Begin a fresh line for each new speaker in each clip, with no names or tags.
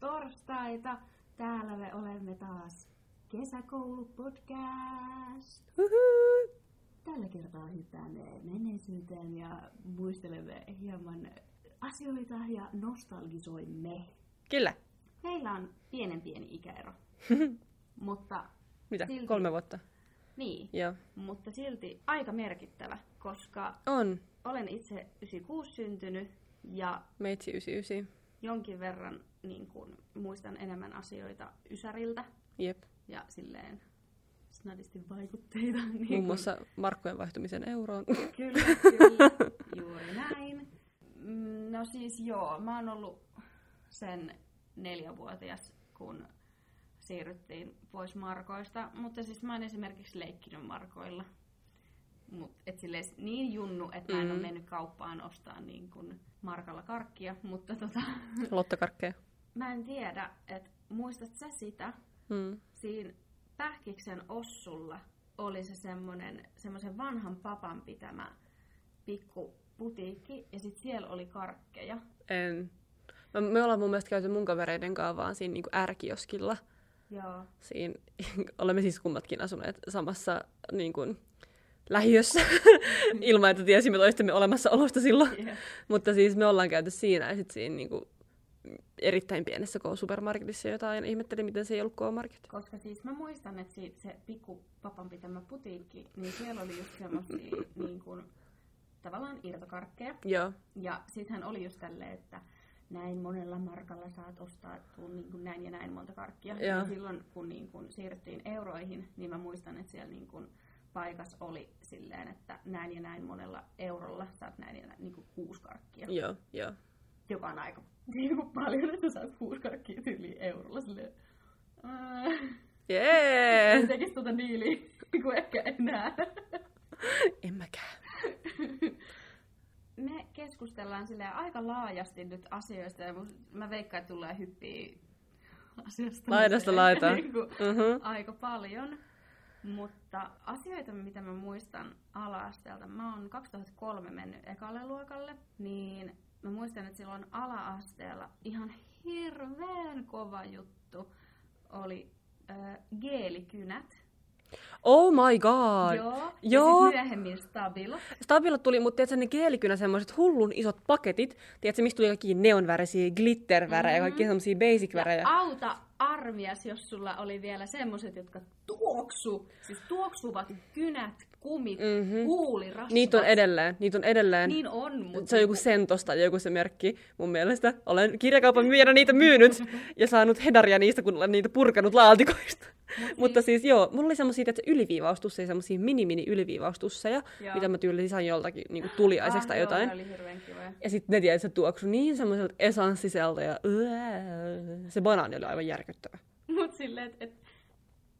torstaita. Täällä me olemme taas. Kesäkoulupodcast.
Uhu.
Tällä kertaa hyppäämme menneisyyteen ja muistelemme hieman asioita ja nostalgisoimme.
Kyllä.
Meillä on pienen pieni ikäero. mutta
Mitä?
Silti.
Kolme vuotta.
niin,
Joo.
mutta silti aika merkittävä, koska
On.
olen itse 96 syntynyt ja
Meitsi 99.
jonkin verran niin kuin, muistan enemmän asioita Ysäriltä
Jep.
ja silleen snadisti vaikutteita. Niin
Muun
kuin-
muassa markkujen vaihtumisen euroon.
Kyllä, kyllä, juuri näin. Mm, No siis joo, mä oon ollut sen neljävuotias, kun siirryttiin pois Markoista, mutta siis mä oon esimerkiksi leikkinyt Markoilla. Mut, et silleen s- niin junnu, että mä en ole
Mm.
mennyt kauppaan ostaa niin kun Markalla karkkia, mutta tota,
Lottokarkkeja.
mä en tiedä, että muistat sä sitä,
Mm.
siinä Pähkiksen ossulla oli se semmonen, semmoisen vanhan papan pitämä pikku putiikki ja sit siellä oli karkkeja.
En. Mä- Me ollaan mun mielestä käyty mun kavereiden kanssa vaan siinä niin ärkioskilla.
Joo.
Siinä, olemme siis kummatkin asuneet samassa niin kuin, lähiössä ilman, että tiesimme toistemme olemassaolosta silloin.
Jep.
Mutta siis me ollaan käyty siinä ja sitten siinä niin kuin, erittäin pienessä K-supermarketissa, jota aina ihmettelin, miten se ei ollut K-market.
Koska siis mä muistan, että si- se pikku papan pitämä putiikki, niin siellä oli just semmosia niin kuin, tavallaan irtokarkkeja.
Joo.
Ja sit hän oli just tälleen, että näin monella markalla saat ostaa tuun niin kuin näin ja näin monta karkkia.
Joo.
Ja silloin kun niin kuin siirryttiin euroihin, niin mä muistan, että siellä niin kuin paikas oli silleen, että näin ja näin monella eurolla saat näin ja näin, niin kuin kuusi karkkia.
Joo, joo.
Joka on aika niin kuin paljon, että saat kuusi karkkia yli eurolla. Silleen, ää, en
Jee!
tekisi tuota diiliä niin kuin ehkä enää.
En mäkään.
me keskustellaan sille aika laajasti nyt asioista ja mun- mä veikkaan, että tulee hyppiä asiasta.
Laidasta
toiseen,
laitaan.
niin kuin
Mhm.
aika paljon. Mutta asioita, mitä mä muistan ala-asteelta, mä oon 2003 mennyt ekalle luokalle, niin mä muistan, että silloin ala-asteella ihan hirveän kova juttu oli äh, geelikynät.
Oh my god!
Joo. ja sit
Joo.
myöhemmin stabilot.
Stabilot tuli, mutta tiedätkö, ne geelikynä semmoiset hullun isot paketit, tiedätkö, mistä tuli kaikki neonvärisiä, glittervärejä, mm-hmm. kaikki semmoisia basic-värejä.
Ja auta armias, jos sulla oli vielä semmoset, jotka tuoksu, siis tuoksuvat kynät, kumit, mm-hmm. huulirasvat.
Mhm. Niitä on edelleen, niitä on edelleen.
Niin on, mutta
Se on joku sentosta, joku se merkki mun mielestä. Olen kirjakaupan myyjänä niitä myynyt ja saanut hedaria niistä, kun olen niitä purkanut laatikoista.
Niin.
Mutta siis joo, mulla oli semmosia että yliviivaustusseja, semmosia mini-mini yliviivaustusseja,
Joo.
mitä mä tyyli sain joltakin niin tuliaiseksi tai
joo,
jotain.
ne oli hirveän kivoja.
Ja sitten ne tiedät, se tuoksui niin semmoiselta esanssiselta ja ää, se banaani oli aivan järkyttävä.
Mut silleen, että et,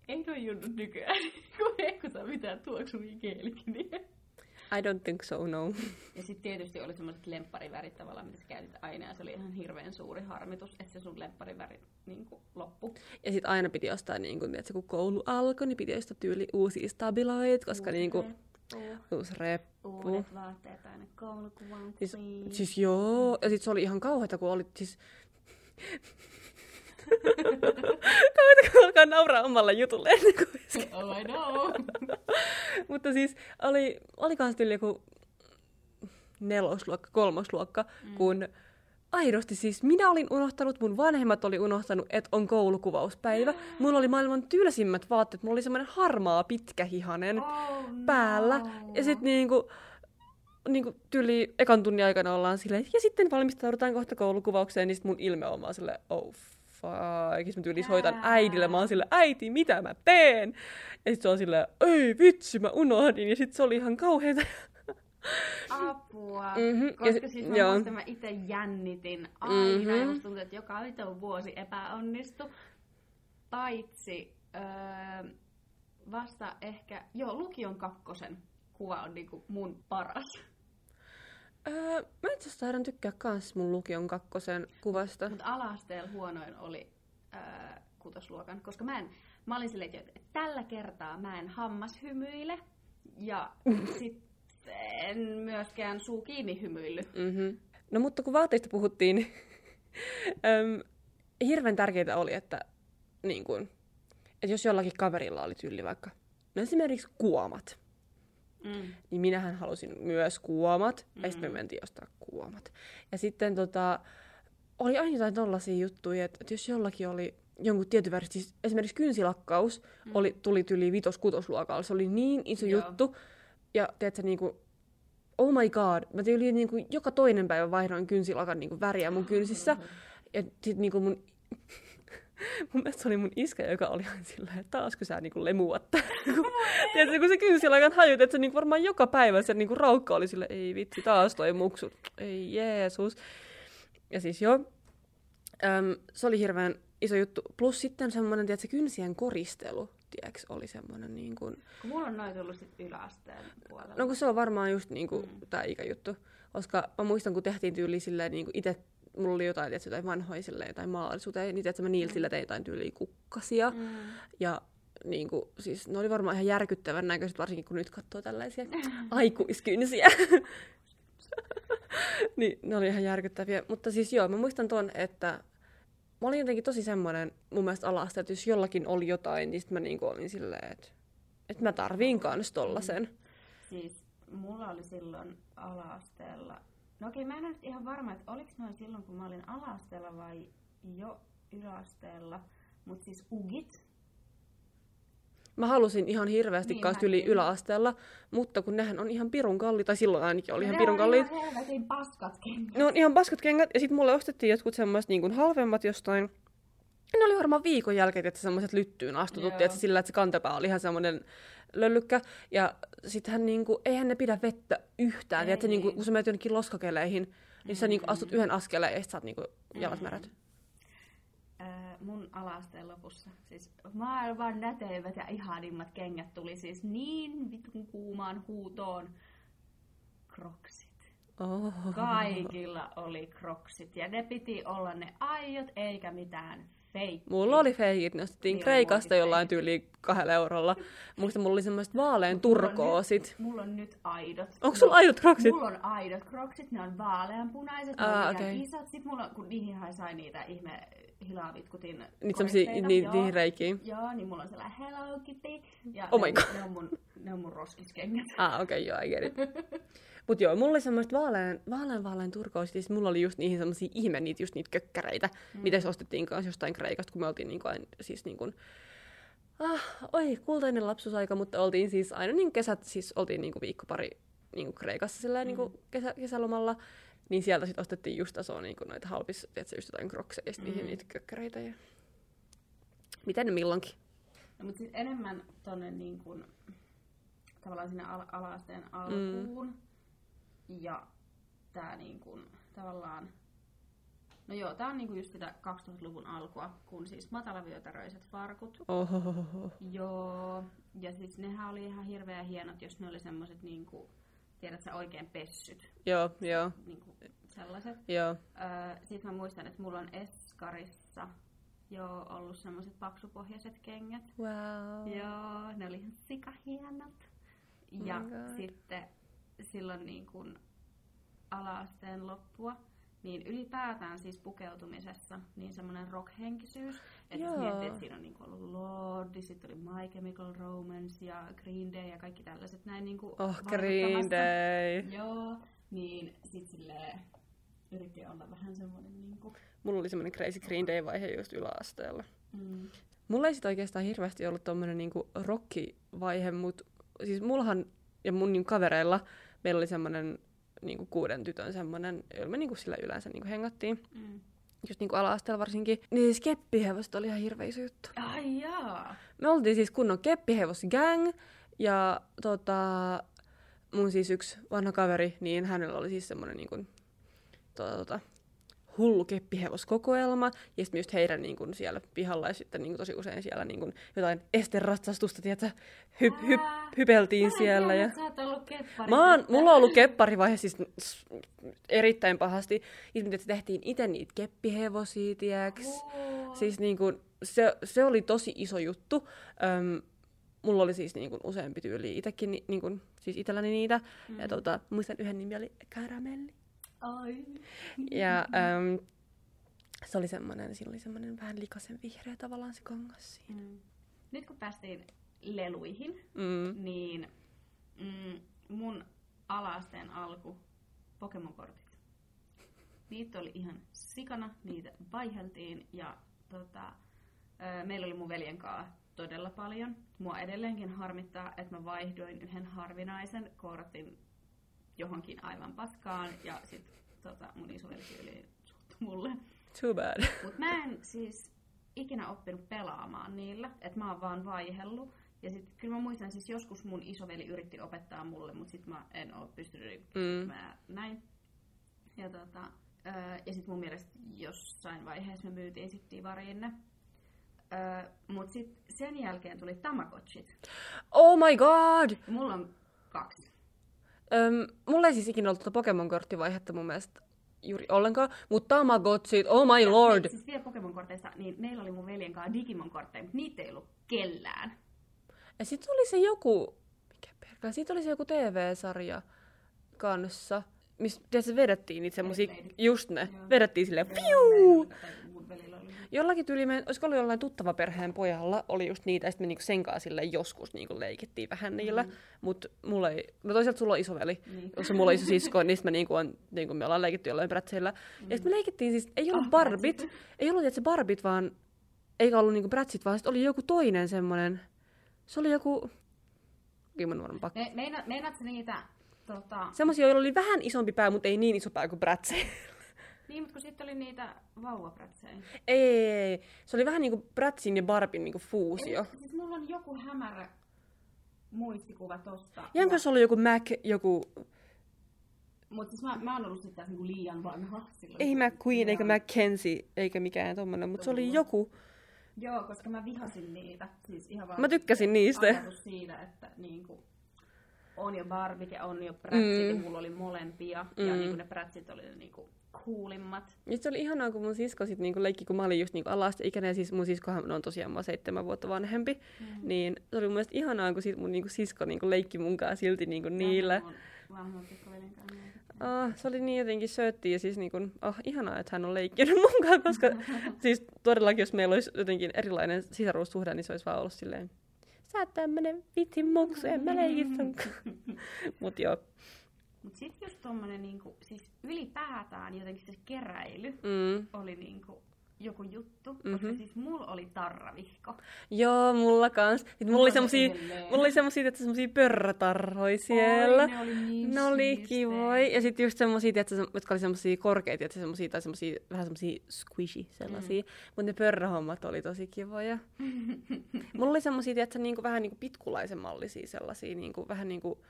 ei noi junnu nykyään, kun ei kun saa mitään tuoksuvia geelikyniä.
I don't think so, no.
Ja sitten tietysti oli semmoiset lempparivärit tavallaan, mitä sä käytit aina, ja se oli ihan hirveän suuri harmitus, että se sun lemppariväri niin loppu.
Ja sitten aina piti ostaa, niin kun, tiedätkö, kun koulu alkoi, niin piti ostaa tyyli uusia stabiloit, koska niin kuin,
Reppu.
uusi reppu.
Uudet vaatteet aina koulukuvaan.
Mm. Siis,
queen.
siis joo, ja sit se oli ihan kauheata, kun oli siis... kauheata, kun alkaa nauraa omalle jutulle ennen kuin
Oh, I know.
Mutta siis oli, olikohan se tyyli joku nelosluokka, kolmosluokka, mm. kun aidosti siis minä olin unohtanut, mun vanhemmat oli unohtanut, että on koulukuvauspäivä. Mulla oli maailman tylsimmät vaatteet, mulla oli semmoinen harmaa pitkähihanen
Oh, no.
päällä. Ja sitten niinku, niinku tyyli ekan tunnin aikana ollaan silleen, ja sitten valmistaudutaan kohta koulukuvaukseen, niin sit mun ilme on vaan silleen, oh fuck. Ja sit mä tyyli soitan
Ää.
äidille, mä oon silleen, äiti, mitä mä teen? Ja sit se on silleen, ei vitsi, mä unohdin. Ja sit se oli ihan kauheeta.
Apua.
Mhm, ja
Mm-hmm. Koska
se-
siis mä,
joo.
muistan, mä itse jännitin aina. Mm-hmm. Ja
Mhm.
musta tuntuu, että joka aito vuosi epäonnistu. Paitsi öö, vasta ehkä, joo, lukion kakkosen kuva on niinku mun paras.
Öö, mä itse asiassa taidan tykkää kans mun lukion kakkosen kuvasta.
Mutta ala-asteella huonoin oli öö, kutosluokan, koska mä en, mä olin silleen, että tällä kertaa mä en hammas-hymyile ja sit en myöskään suu kiinni hymyily.
Mm-hmm. No mutta kun vaatteista puhuttiin, niin, äm, hirveän tärkeää oli, että, niin kun, että jos jollakin kaverilla oli tyyli vaikka, no esimerkiksi kuomat,
Mm.
niin minähän halusin myös kuomat, mm. ja sitten
Mm.
me mentiin ostaa kuomat. Ja sitten tota, oli aina jotain tollaisia juttuja, että, että jos jollakin oli jonkun tietyn väriset, siis esimerkiksi kynsilakkaus mm. oli, tuli yli vitos-kutosluokalla, se oli niin iso
Joo.
Joo. juttu, ja tiedätkö, niin kuin, oh my god, mä tein yli niin kuin, joka toinen päivä vaihdoin kynsilakan niin kuin, väriä mun kynsissä, ja sit niin kuin mun Mun mielestä se oli mun iskä, joka oli aina sillä, lailla, että taasko sä niinku lemuat tää?" kun, tiedätkö, kun se kynsilakan hajut, että se niinku varmaan joka päivä se niinku raukka oli sillä, ei vitsi, taas toi muksu, ei Jeesus. Ja siis joo, Öm, se oli hirveän iso juttu. Plus sitten semmoinen, tiedätkö, kynsien koristelu, tiedätkö, oli semmoinen niin kuin...
Kun mulla on noita ollut sit yläasteen puolella.
No kun se on varmaan just niin kuin
Mm.
mm. tämä ikäjuttu. Koska mä muistan, kun tehtiin tyyli silleen niin kuin itse, mulla oli jotain, tiedätkö, jotain vanhoja silleen, jotain maallisuuteen, niin tiedätkö, mä niillä sillä tein jotain tyyliä kukkasia. Mm.
mm.
Ja niin kuin, siis ne oli varmaan ihan järkyttävän näköiset, varsinkin kun nyt katsoo tällaisia aikuiskynsiä. niin, ne oli ihan järkyttäviä. Mutta siis joo, mä muistan ton, että mä olin jotenkin tosi semmoinen mun mielestä alasta, että jos jollakin oli jotain, niin sit mä niinku olin silleen, että, että mä tarviin kans tollasen.
Siis mulla oli silloin ala-asteella, no okei mä en ole nyt ihan varma, että oliko noin silloin kun mä olin ala-asteella vai jo yläasteella, mutta siis ugit,
Mä halusin ihan hirveästi
Niin
niin, kanssa yli
mäkin.
yläasteella, mutta kun nehän on ihan pirun kalliita, tai silloin ainakin oli ihan pirun kalliit.
Ne on ihan helvetin paskat kengät.
Ne on ihan paskat kengät, ja sitten mulle ostettiin jotkut semmoiset niin kuin halvemmat jostain. Ne oli varmaan viikon jälkeen, että semmoiset lyttyyn astutut,
Joo.
että sillä, että se kantapää oli ihan semmoinen löllykkä. Ja sittenhän niinku, eihän ne pidä vettä yhtään.
Ei Mm.
Ei, että niinku,
niin.
kun sä menet jonnekin loskakeleihin, niin sä niinku astut yhden askeleen ja sit sä oot niinku jalat
Mm.
märät.
Ää, Äh, mun ala-asteen lopussa. Siis maailman näteimmät ja ihanimmat kengät tuli siis niin vitun kuumaan huutoon. Kroksit.
Oh.
Kaikilla oli kroksit ja ne piti olla ne aiot eikä mitään fake.
Mulla oli feikit, ne ostettiin
Niin,
Kreikasta
mullakin
jollain tyyli kahdella eurolla. Muista mulla oli semmoiset vaalean turkoosit.
Mulla on nyt aidot.
Onko sulla
No,
aidot kroksit?
Mulla on aidot kroksit, ne on vaaleanpunaiset, ne on
Aa,
liian
okei.
isot. Sitten mulla, on- kun niihin sai niitä ihme hilavitkutin
Niitä semmosia, niin-
koristeita,
niitä
joo.
niihin reikiin.
Joo, niin mulla on sellainen Hello Kitty. Ja
Oh
ne,
my
on-
God.
ne, on mun, ne on mun roskiskengät.
Ah, okei, okay, joo, I get it. Mut joo, mulla oli semmoista vaalean, vaalean, vaalean turkoosit, ja sit siis mulla oli just niihin semmosia ihme, niitä just niitä kökkäreitä, mm. mitä se ostettiin kanssa jostain Kreikasta, kun me oltiin niinku aina, siis niinku, ah, oi, kultainen lapsusaika, mutta oltiin siis aina niin kesät, siis oltiin niinku viikko pari niinku Kreikassa silleen niinku kesä, kesälomalla, niin sieltä sitten ostettiin just tasoa niinku noita halpis, tiedätkö, just jotain krokseja, ja sit niihin
Mm.
niitä kökkäreitä ja... Miten ne milloinkin?
No, mutta siis enemmän tonne niin kuin, tavallaan sinne al- ala-asteen alkuun.
Mm.
Ja tää niin kuin, tavallaan, no joo, tää on niin kuin just sitä 2000-luvun alkua, kun siis matalavyötäröiset farkut.
Ohohoho.
Joo, ja siis nehän oli ihan hirveän hienot, jos ne oli semmoset niin kuin, tiedät sä oikein pessyt,
Joo, joo,
niin kuin sellaiset.
joo.
Öö, Sitten mä muistan, että mulla on Eskarissa jo ollut semmoiset paksupohjaiset kengät.
Wow.
Joo, ne oli ihan sikahienot. Ja
Oh. my God.
sitten silloin niin kun ala-asteen loppua, niin ylipäätään siis pukeutumisessa niin semmoinen rockhenkisyys. Että jos
Joo.
miettii, että siinä on niin ollut Lordi, sitten oli My Chemical Romance ja Green Day ja kaikki tällaiset näin niin
Oh, Green Day.
Joo, niin sit silleen yritti olla vähän semmoinen niinku...
Mulla oli semmoinen crazy Green Day-vaihe just yläasteella.
Mm.
Mulla ei sit oikeastaan hirveästi ollut tommonen niinku rokkivaihe, mut siis mullahan ja mun niinku kavereilla meillä oli semmonen niinku kuuden tytön semmonen, jolla me niinku sillä yleensä niinku hengattiin.
Mm.
Just niinku ala-asteella varsinkin. Niin siis keppihevoset oli ihan hirveä iso juttu.
Ai jaa!
Me oltiin siis kunnon keppihevosgang ja tota, mun siis yksi vanha kaveri, niin hänellä oli siis semmoinen niin kuin, tota, tota, hullu keppihevoskokoelma ja sitten just heidän niin kuin, siellä pihalla ja sitten niin kuin, tosi usein siellä niin kuin, jotain esteratsastusta, tiedätkö, hyp, hyp,
Ää,
hypeltiin
Mä en
siellä.
tiennyt,
Ja...
että Sä oot ollut keppari.
Mä oon,
tyttö.
mulla on ollut kepparivaihe siis s- erittäin pahasti. Ja sitten tehtiin itse niitä keppihevosia, tiedäks.
Wow.
Siis niin kuin, se, se oli tosi iso juttu. Öm, mulla oli siis niin kuin useampi tyyli itsekin, ni, niin kuin, siis itselläni niitä. Mm. Ja tota, muistan yhden nimi oli Karamelli.
Ai.
Ja, öm, Se oli semmoinen, sillä oli semmoinen vähän likaisen vihreä tavallaan se kangas siinä.
Mm. Nyt kun päästiin leluihin,
Mm.
niin mm, mun alasteen alku Pokemon-kortit. Niitä oli ihan sikana, niitä vaiheltiin ja tota, ö, meillä oli mun veljen kanssa todella paljon. Mua edelleenkin harmittaa, että mä vaihdoin yhden harvinaisen kortin johonkin aivan paskaan ja sit tota, mun isovelki oli suuttu mulle.
Too bad.
Mut mä en siis ikinä oppinut pelaamaan niillä, että mä oon vaan vaihellut. Ja sit kyllä mä muistan siis joskus mun isoveli yritti opettaa mulle, mut sit mä en oo pystynyt niinku
Mm.
mä näin. Ja, tota, öö, ja sitten mun mielestä jossain vaiheessa me myytiin sitten divariin ne. Öö, mut sitten sen jälkeen tuli Tamagotchit.
Oh my god!
Mulla on kaksi.
Öm, mulla ei siis ikinä ollut tuota Pokemon-korttivaihetta mun mielestä juuri ollenkaan, mutta Tamagotchit, oh my lord!
Ja Siis vielä Pokemon-korteista, niin meillä oli mun veljen kanssa Digimon-kortteja, mutta niitä ei ollut kellään.
Ja sit oli se joku, mikä perkele, sit oli se joku TV-sarja kanssa, missä se vedettiin niitä semmosia,
Beyblade.
just ne,
Joo.
vedettiin silleen
Meillä-
fiu!
tai Mun velillä oli.
Jollakin tyyli, meidän- olisiko ollut jollain tuttava perheen pojalla, oli just niitä, ja sitten me niinku sen kanssa silleen joskus niinku leikittiin vähän niillä, mut mulla ei, no toisaalta sulla on isoveli,
Niin.
jos on mulla iso sisko, niin sit me, niinku on, niinku me ollaan leikitty jollain prätseillä. Mm. Ja sit me leikittiin siis, ei ollut
Ah,
barbit, ei ollut se barbit, vaan eikä ollut niinku prätsit, vaan sit oli joku toinen semmonen, se oli joku, kyllä mun on varmaan pakko.
Me, meina, meinaatko niitä, tota,
Semmoisia, joilla oli vähän isompi pää, mutta ei niin iso pää kuin prätseillä.
niin, mutta kun sitten oli niitä vauvaprätsejä.
ei, ei, ei, se oli vähän niinku prätsin ja barbin niinku fuusio.
Ei, Siis mulla on joku hämärä muistikuva tosta.
Jänkö se oli joku Mac, joku,
Mutta siis mä, mä oon ollut sitten taas niinku liian vanha silloin.
ei
kun-
McQueen eikä
Joo.
McKenzie eikä mikään tommonen, mutta se oli
Tommonen.
joku.
Joo, koska mä vihasin niitä. Siis ihan vaan
Mä tykkäsin niistä.
ajatus siitä, että niinku, on jo barbit ja on jo prätsit mm. ja mulla oli molempia. Mm. Ja niinku ne prätsit oli ne niinku coolimmat.
Ja sit se oli ihanaa, kun mun sisko sit niinku leikki, kun mä olin just niinku alaikäinen, siis mun siskohan on tosiaan mä oon seitsemän vuotta vanhempi, mm. niin se oli mun mielestä ihanaa, kun sit mun niinku sisko niinku leikki munkaan silti niinku niillä.
Mun Vanhemman pikkuveljen kanssa.
Ah, se oli niin jotenkin söötti ja siis niin kuin, ah, ihanaa, että hän on leikkinyt munkaan, koska siis todellakin, jos meillä olisi jotenkin erilainen sisaruussuhde, niin se olisi vaan ollut silleen, sä oot tämmönen vitsin muksu, en mä leikin sunkaan. Mut joo.
Mut sit just tommonen niinku, siis ylipäätään jotenkin se keräily
Mm.
oli niinku joku juttu, mm-hmm.
Mhm.
koska siis mulla oli tarravihko.
Joo, mulla kans. Sitten mulla oli
Mulla on
semmosia,
edelleen.
mulla oli semmosia, että semmosia pörrötarhoja siellä.
Oi, ne oli niin
ne oli
siistejä.
kivoja. No Ja sitten just semmosia, tietysti, jotka oli semmosia korkeita, että semmosia, tai semmosia, vähän semmosia squishy sellaisia. Mm. Mutta ne pörröhommat oli tosi kivoja. mulla oli semmosia, tietysti, niinku, vähän niinku pitkulaisen mallisia sellaisia, niinku, vähän niinku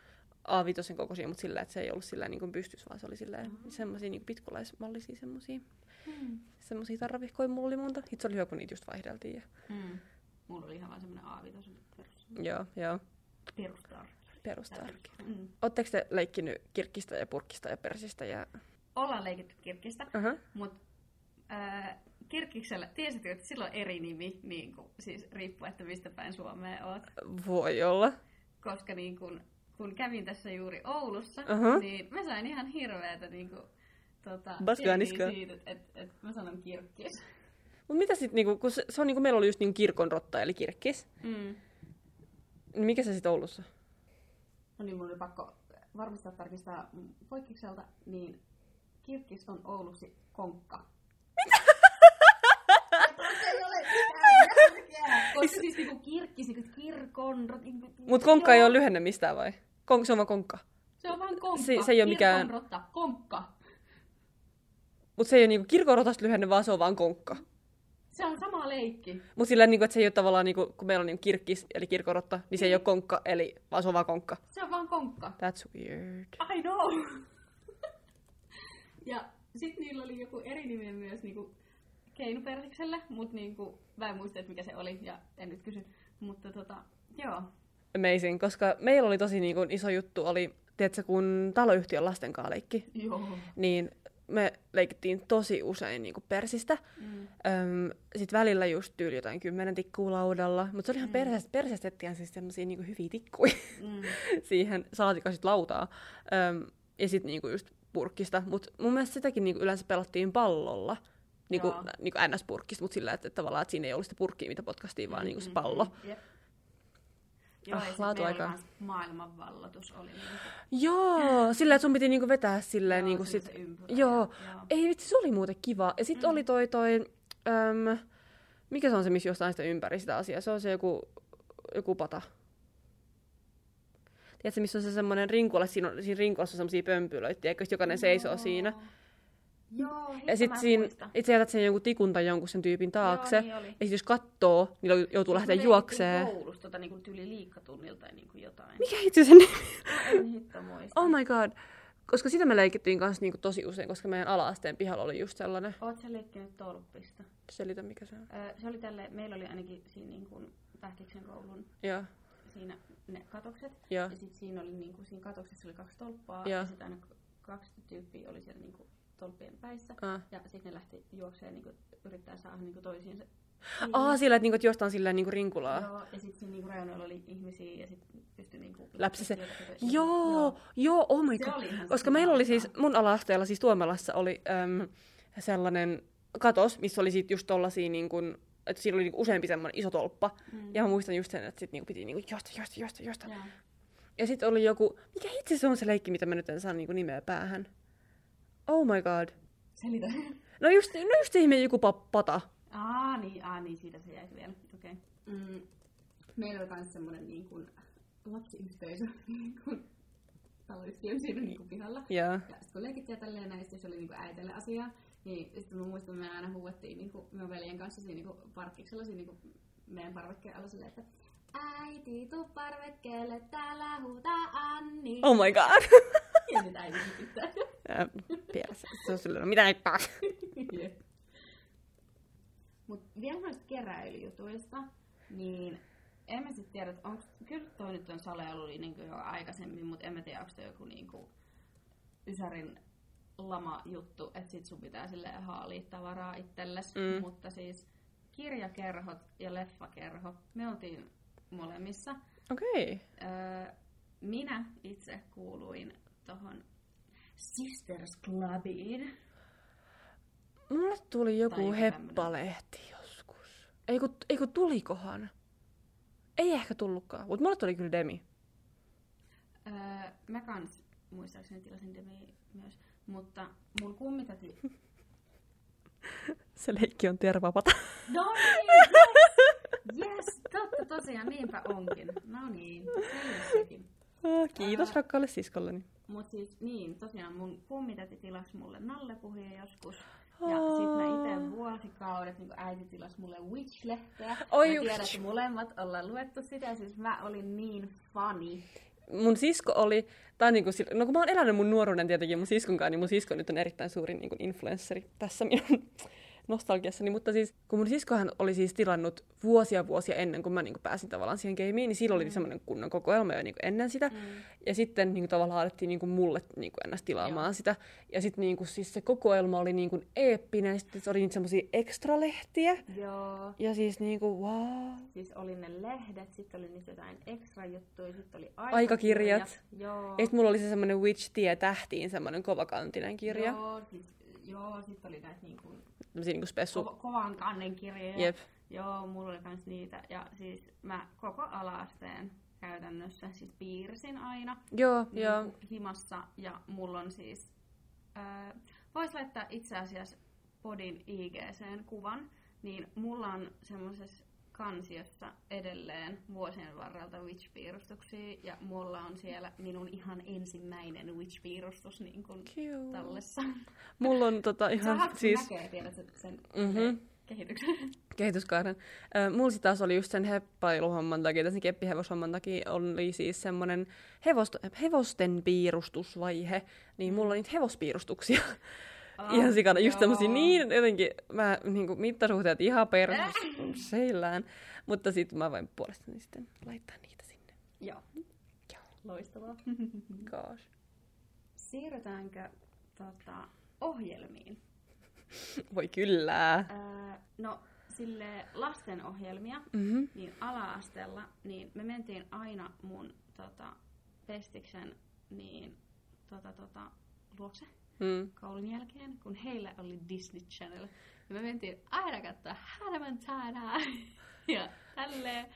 A5 kokoisia, mutta sillä, että se ei ollut sillä niinku pystyssä, vaan se oli sillä mm. semmosia niinku pitkulaismallisia semmosia.
Mm.
Semmosia tarravihkoja mulla oli monta. Itse oli hyvä, kun niitä just vaihdeltiin. Ja...
Mm. Mulla oli ihan vaan semmonen aavitosen perus,
Joo, joo.
perustarkki.
Perustarki.
Mm.
Oletteko te leikkinyt kirkkistä ja purkista ja persistä? Ja...
Ollaan leikitty kirkkistä,
Uh-huh.
mutta kirkkiksellä, tiesitkö, että sillä on eri nimi, niin kuin, siis riippuu, että mistä päin Suomea oot.
Voi olla.
Koska niin kun, kun kävin tässä juuri Oulussa,
Aha.
niin mä sain ihan hirveätä niin kuin, tota,
Baskaa
viestiä
niskaan.
siitä, että et, et mä sanon kirkkis.
Mutta mitä sitten, niinku, kun se, se on, niinku, meillä oli just niinku kirkonrotta eli kirkkis,
Mm.
niin mikä se sitten Oulussa?
No niin, mun oli pakko varmistaa tarkistaa mm, poikkikselta, niin kirkkis on Oulussa konkka. Mitä? ei ole mitään järkeä, Koska siis niinku kirkkis, niinku kirkon... Niinku,
Mutta konkka ei ole lyhenne mistään vai? Konk, se on vaan konkka.
Se on vaan konkka.
Se- se ei oo mikään-
Kirkonrotta, konkka.
Mutta se ei ole niinku kirkonrotasta lyhenne, vaan se on vaan konkka.
Se on sama leikki.
Mutta sillä, niinku, että se ei ole tavallaan, niinku, kun meillä on niinku kirkkis eli kirkonrotta, niin se ei ole konkka, eli vaan se on vaan konkka.
Se on vaan konkka.
That's weird.
I know! ja sit niillä oli joku eri nimi myös niinku keinupersikselle, mut niinku, mä en muista, että mikä se oli, ja en nyt kysy. Mutta tota, joo.
Amazing, koska meillä oli tosi niinku, iso juttu, oli, tiedätkö, kun taloyhtiön lasten kanssa leikki,
Joo.
niin me leikittiin tosi usein niinku persistä.
Mm.
Öm, sit välillä just tyyli jotain kymmenen tikkua laudalla, mutta se oli ihan mm. persestä, persestettiin siis semmosia niinku hyviä tikkuja
Mm.
siihen saatika sit lautaa. Öm, ja sit niinku just purkista, mut mun mielestä sitäkin niinku yleensä pelattiin pallolla. niin kuin,
Joo.
niin kuin NS-purkkista, mutta sillä, että, että tavallaan että siinä ei ollut sitä purkkia, mitä potkastiin, vaan niin kuin se
Mm,
pallo.
mm, Jep. Joo,
Ah,
ah, ja sit
laatuaikaa.
meillä oli kans maailmanvalloitus oli niinku.
Joo, sillä että sun piti niinku vetää silleen
Joo,
niinku
sillä
sit...
se ympyrä.
Joo.
Joo.
Ei vitsi, se oli muuten kiva. Ja sit
Mm.
oli toi toi... Öm, mikä se on se, missä jostain sitä ympäri sitä asiaa? Se on se joku, joku pata. Tiedätkö, missä on se semmoinen rinkula, siinä, on, siinä rinkulassa on semmoisia pömpylöitä, eikö jokainen seisoo
Joo.
siinä.
Joo, hitto,
Ja sit
Mm, mä en
siinä,
muista.
et sä jätät sen jonkun tikun tai jonkun sen tyypin taakse.
niin oli.
ja sit jos kattoo, niin lou- joutuu
Siis me
lähteä
vedettiin
juokseen.
koulusta tota niinku tyli liikkatunnilta tai niinku jotain.
Mikä itse sen nimi
Mä En hitto muista.
Oh my god. Koska sitä me leikittiin kanssa niinku tosi usein, koska meidän ala-asteen pihalla oli just sellainen.
Oot sä leikkinyt tolppista?
Selitä, mikä se on.
Öö, se oli tälle, meillä oli ainakin siinä niin kuin Pähtiksen koulun
Joo,
siinä ne katokset.
joo.
Ja sitten siinä oli niin kuin, siinä katoksessa oli kaksi tolppaa
Joo.
ja sitten aina k- kaksi tyyppiä oli siellä niin kuin, tolppien päissä.
Ah.
Ja sitten ne lähti juokseen niin kuin, yrittää saada niin kuin, toisiinsa.
Aa, sillä, että, niinku, että jostain silleen niinku rinkulaa.
Joo, ja sitten siinä niinku reunoilla oli ihmisiä ja sitten pystyi niinku...
Läpsi se-
Joo.
Joo, joo, oh my
Se
god.
oli ihan
Koska
sikana
meillä oli
aikaa.
siis, mun ala-asteella, siis Tuomelassa oli äm, sellainen katos, missä oli sit just tollasia niin kun, että siinä oli niinku useampi semmoinen iso tolppa.
Mm.
Ja mä muistan just sen, että sit niinku piti niinku josta, josta, josta, josta.
Joo.
Ja sit oli joku, mikä itse se on se leikki, mitä mä nyt en saa niinku nimeä päähän. Oh my god.
Selitä.
No just, no just se ihme joku pa- pata.
Aa, niin, aa, niin, siitä se jäi vielä. Okei. Okay. Mm. Meillä oli myös semmoinen niin kuin, lapsiyhteisö niin kuin, taloyhtiö siinä niin kuin, pihalla.
Joo.
Ja sitten kun leikittiin ja tälleen näin, sit jos oli niinku äitelle asiaa, niin sitten mä muistan, että me aina huuettiin niinku me veljen kanssa siinä niinku parkkiksella, siinä niinku meidän parvekkeen alla silleen, että Äiti, tuu parvekkeelle, täällä huutaa Anni.
Oh my god.
Ja nyt äiti tykittää.
Ää, Pieressä. Se on silleen, no mitä nyt taas?
Mut vielä noista keräilyjutuista, niin en mä sit tiedä, että onko, kyllä toi nyt on sale ollut niinku jo aikaisemmin, mutta en mä tiedä, onko toi joku niinku Ysärin lama juttu, että sit sun pitää silleen haalia tavaraa itsellesi,
Mm.
mm. mutta siis kirjakerhot ja leffakerho, me oltiin molemmissa.
Okei. Okay.
Öö, minä itse kuuluin tohon Sisters Clubiin.
Mulle tuli
Tai
joku
joku
heppalehti joskus. Ei kun, ei kun tulikohan. Ei ehkä tullutkaan, mutta mulle tuli kyllä Demi.
Öö, mä kans muistaakseni tilasin Demi myös, mutta mun kummitati...
Se leikki on tervapata.
No niin, yes! yes! Totta tosiaan, niinpä onkin. No niin, se oli sekin.
Ah, Kiitos
Ää.
rakkaalle siskolleni.
Mut siis niin, tosiaan mun kummitati tilasi mulle nallepuhia joskus. Ja sit mä
Aa.
ite vuosikaudet, niin äiti tilasi mulle Witch-lehteä.
Oi,
mä tiedän,
Witch.
että molemmat ollaan luettu sitä, siis mä olin niin fani.
Mun sisko oli, tai niinku, sille- no kun mä oon elänyt mun nuoruuden tietenkin mun siskon kanssa, niin mun sisko nyt on erittäin suuri niinku influenssari tässä minun nostalgiassani, mutta siis kun mun siskohan oli siis tilannut vuosia vuosia ennen kuin mä niinku pääsin tavallaan siihen gameen, niin silloin oli semmoinen kunnon kokoelma jo niinku ennen sitä. Mm. Ja sitten niinku tavallaan alettiin niinku mulle niinku ennäs tilaamaan Joo. sitä. Ja sitten niinku, siis se kokoelma oli niinku eeppinen, ja sitten se oli niitä semmoisia ekstralehtiä.
Joo.
Ja siis niinku, wow.
Siis oli ne lehdet, sitten oli niitä jotain extra juttuja, sitten oli
Aikakirjat.
Joo.
Ja sitten mulla oli se semmoinen Witch-tie tähtiin, semmoinen kovakantinen kirja. Joo.
Joo, siis, joo, sit oli näitä niinku
Tämmöisiä niinku spessu.
kova, kovan kannen kirjoja.
Jep.
Joo, mulla oli kans niitä. Ja siis mä koko alaasteen käytännössä siis piirsin aina
Joo,
niin
joo.
kuin himassa. Ja mulla on siis, öö, vois laittaa itse asiassa podin IGCen kuvan, niin mulla on semmoisessa kansiossa edelleen vuosien varrelta witch-piirustuksia, ja mulla on siellä minun ihan ensimmäinen witch-piirustus niin kuin
Cute.
tallessa.
Mulla on tota
Se on
ihan
hauska,
siis
siis... näkee, tiedät, sen- sen
Mhm.
mm-hmm. kehityksen.
kehityskaaren. Ö, Mulla sit taas oli just sen heppailuhomman takia, tai sen keppihevoshomman takia oli siis semmonen hevost, hevosten piirustusvaihe, niin mulla oli niitä hevospiirustuksia.
Ah,
ihan sikana, just
joo.
tämmösiä niin jotenkin, mä niinku mittasuhteet ihan perus
Äh.
seillään, mutta sit mä voin puolestani sitten laittaa niitä sinne.
Joo.
Joo.
Loistavaa. Mm.
Gosh.
Siirrytäänkö tota, ohjelmiin?
Voi kyllä.
Öö, no, sille lasten ohjelmia,
Mhm.
niin ala-asteella, niin me mentiin aina mun tota, pestiksen niin, tota, tota, luokse
Mm.
koulun jälkeen, kun heillä oli Disney Channel. Ja me mentiin aina katsoa Harmantanaa. ja tälleen.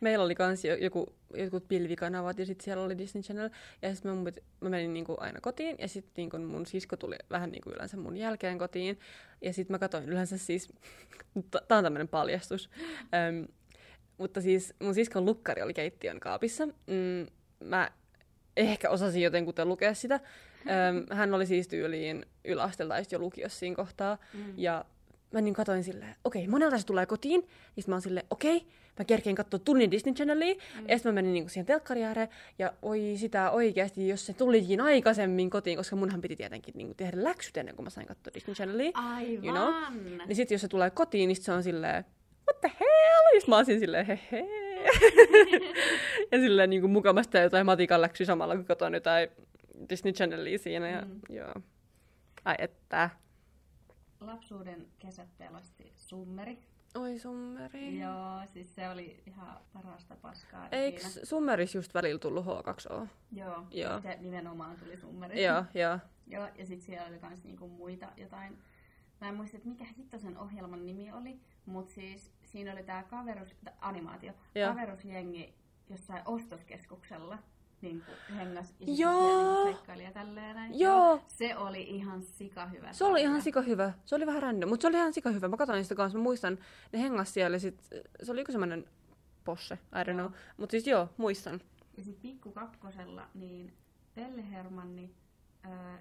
Meillä oli kans jo- joku, jotkut pilvikanavat ja sitten siellä oli Disney Channel. Ja sitten mä, mut- mä menin niinku aina kotiin ja sitten niinku mun sisko tuli vähän niinku yleensä mun jälkeen kotiin. Ja sitten mä katsoin yleensä siis, tää on tämmönen paljastus. Öm, mutta siis mun siskon lukkari oli keittiön kaapissa. Mm, mä ehkä osasin jotenkuten lukea sitä. Öm, hän oli siis tyyliin yläasteella tai sit jo lukiossa siinä kohtaa.
Mm.
Ja mä niin katoin silleen, okei, monelta se tulee kotiin. Ja sit mä oon silleen, okei, mä kerkeen katsoa tunnin Disney Channelia. Mm. Ja sit mä menin niinku siihen telkkari ääreen. Ja oi sitä oikeasti, jos se tulikin aikaisemmin kotiin, koska munhan piti tietenkin niinku tehdä läksyt ennen kuin mä sain katsoa Disney Channelia.
Aivan.
You know? Niin sit jos se tulee kotiin, niin sit se on silleen, what the hell? Ja sit mä oon siinä silleen, he he. ja silleen niinku mukamasta jotain matikan läksyä samalla, kun katon jotain Disney Channelia siinä. Ja,
Mm.
mm. joo. Ai että.
Lapsuuden kesät pelasti summeri.
Oi summeri.
Joo, siis se oli ihan parasta paskaa.
Eikö
ikinä.
summeris just välillä tullut H2O?
Joo,
Joo.
se nimenomaan tuli summeri.
joo, joo.
Joo, ja sitten siellä oli myös niinku muita jotain. Mä en muista, että mikä hitto sen ohjelman nimi oli, mutta siis siinä oli tämä kaverus, t- animaatio,
Joo.
kaverusjengi jossain ostoskeskuksella. Niin kuin hengas ja sit
Joo.
siellä niinku seikkaili ja tälleen näin.
Joo.
Se oli ihan sika hyvä.
Se oli ihan sika hyvä. Se oli vähän random, mutta se oli ihan sika hyvä. Mä katsoin sitä kanssa, mä muistan, ne hengas siellä. Sit, se oli joku semmonen posse, I don't know. Mutta siis joo, muistan.
Ja sitten pikku kakkosella, niin Pelle Hermanni,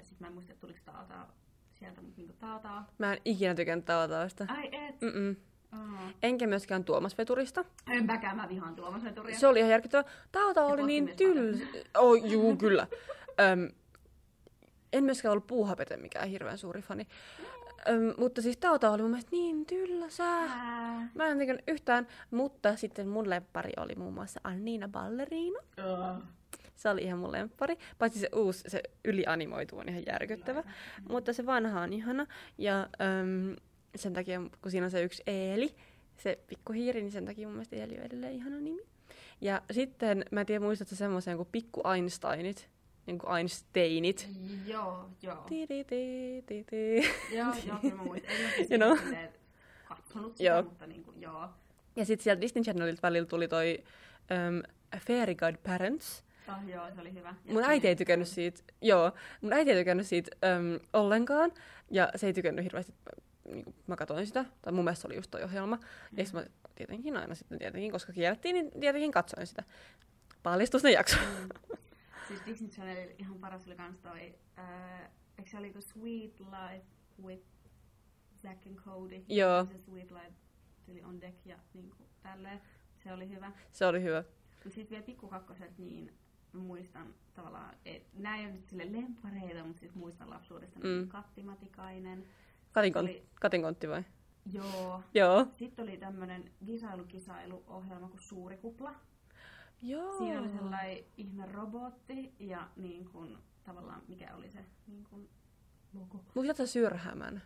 sitten mä en muista, että tuliko taataa sieltä, mutta niinku taataa.
Mä en ikinä tykännyt tavataasta.
Ai et,
Mm-mm.
Aa.
Enkä myöskään Tuomas Veturista.
en mäkään mä vihaan Tuomas Veturia.
Se oli ihan järkyttävä. Tauta oli niin tylsä. Oh, juu, kyllä. Öm, en myöskään ollut puuhapete mikään hirveän suuri fani. Öm, mutta siis Tauta oli mun mielestä niin tylsää.
Ää.
Mä en tykännyt yhtään, mutta sitten mun lemppari oli muun muassa Anniina Ballerina.
Ugh.
Se oli ihan mun lemppari. Paitsi se uusi, se ylianimoitu on ihan järkyttävä. Mutta se vanha on ihana. Ja äm, sen takia, kun siinä on se yksi Eeli, se pikkuhiiri, niin sen takia mun mielestä Eeli on edelleen ihana nimi. Ja sitten, mä en tiedä muistatko semmoisen kuin Pikku Einsteinit. Niin kuin Einsteinit.
Joo, joo.
Ti, ti, ti, ti, ti.
Joo, joo, kyllä mä muistan. En mä siis
You know?
silleen katsonut sitä,
no. Joo.
mutta niin kuin, joo.
Ja sitten siellä Disney Channelilta välillä tuli toi äm, Fairy God Parents.
Oh, joo, se oli hyvä. Ja
Mun äiti ei tykännyt siitä, joo, mun äiti ei tykännyt siitä äm, ollenkaan, ja se ei tykännyt hirveästi, niin kuin mä katsoin sitä, tai mun mielestä se oli just toi ohjelma,
Mm.
ja sit mä tietenkin aina sitten tietenkin, koska kiellettiin, niin tietenkin katsoin sitä. Paljastus ne jakso.
Mm. Siis Disney Channelilla ihan paras oli kans toi, ää, eikö se oli kuin Sweet Life with Zack and Cody?
Joo.
Se Sweet Life tuli on deck ja niin kuin tälleen. Se oli hyvä.
se oli hyvä.
Mutta sitten vielä pikkukakkoset, niin mä muistan tavallaan, et, nää ei ole nyt sille lempareita, mutta siis muistan lapsuudesta, niin
Mm.
Katti Matikainen.
Katin, kon,
Oli-
Katin kontti vai?
Joo,
Joo.
Sitten oli tämmönen visailukisailuohjelma kuin Suuri kupla.
Joo.
Siinä oli sellainen ihme robotti ja niin kun, tavallaan mikä oli se niin kun, logo.
Muistatko sä syrhämän?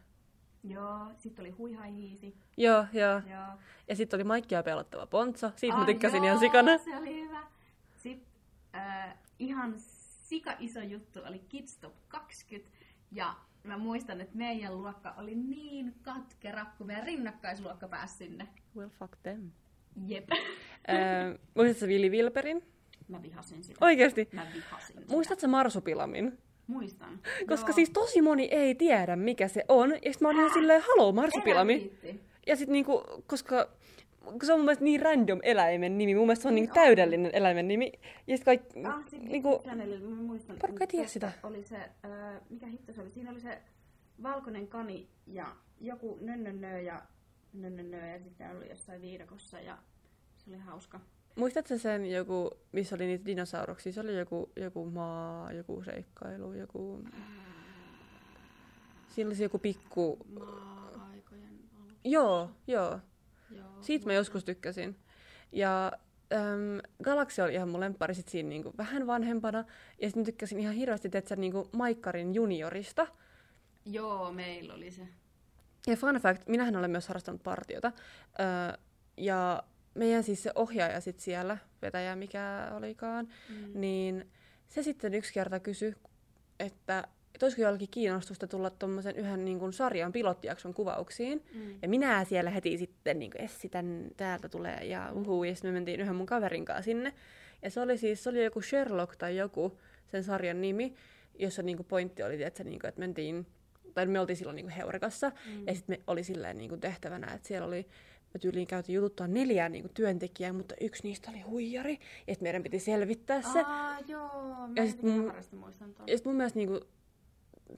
Joo, sitten oli huihaihiisi.
Joo, joo.
Joo.
Ja sitten oli Maikkia pelottava pontsa. Siitä mä
Ah,
tykkäsin
joo,
ihan sikana.
Se oli hyvä. Sitten äh, ihan sika iso juttu oli Kids Top 20. Ja mä muistan, että meidän luokka oli niin katkera, kun meidän rinnakkaisluokka pääsi sinne.
We'll fuck them.
Jep.
Öö, muistatko sä Vili Vilperin?
Mä vihasin sitä.
Oikeesti.
Mä vihasin sitä.
Muistatko sä Marsupilamin?
Muistan.
Koska siis tosi moni ei tiedä, mikä se on. Ja sit mä olin ihan silleen, haloo marsupilami. Ja sit niinku, koska kun se on mun mielestä niin random eläimen nimi. Mun mielestä se on niinku
Joo.
täydellinen eläimen nimi. Ja sit kaikki,
Ah, sit
niinku,
Channelilla, mä muistan.
Porukka ei tiedä sitä.
Oli se, öö, mikä hitto se oli? Siinä oli se valkoinen kani ja joku nönnönnö ja nönnönnö ja sitten oli jossain viidakossa ja se oli hauska.
muistatko sä sen joku, missä oli niitä dinosauruksia? Se oli joku, joku maa, joku seikkailu, joku... Siinä oli se joku pikku...
Maa-aikojen alu.
Joo, joo.
Joo.
Siitä mä joskus tykkäsin. Ja äm, Galaxy oli ihan mun lemppari sit siinä niinku vähän vanhempana. Ja sitten mä tykkäsin ihan hirveästi, että sä niinku Maikkarin juniorista.
Joo, meillä oli se.
Ja fun fact, minähän olen myös harrastanut partiota. Öö, ja meidän siis se ohjaaja sit siellä, vetäjä mikä olikaan,
Mm.
niin se sitten yksi kerta kysyi, että että olisiko jollakin kiinnostusta tulla tuommoisen yhden niin kuin, sarjan pilottijakson kuvauksiin.
Mm.
Ja minä siellä heti sitten, niin kuin, essi tän, täältä tulee ja uhuu, ja sitten me mentiin yhden mun kaverin kanssa sinne. Ja se oli siis, se oli joku Sherlock tai joku, sen sarjan nimi, jossa niin kuin, pointti oli, että, se, niin kuin, että mentiin, tai me oltiin silloin niin kuin, Heurikassa,
Mm.
ja sitten me oli silleen niin kuin, tehtävänä, että siellä oli me tyyliin käytiin jututtaa neljää niin kuin, työntekijää, mutta yksi niistä oli huijari, ja sitten meidän piti selvittää se.
Aa, joo, mä
Ja
en
sit
sitten
mun-
harrasti muistan tuon.
Ja sitten mun mielestä niinku,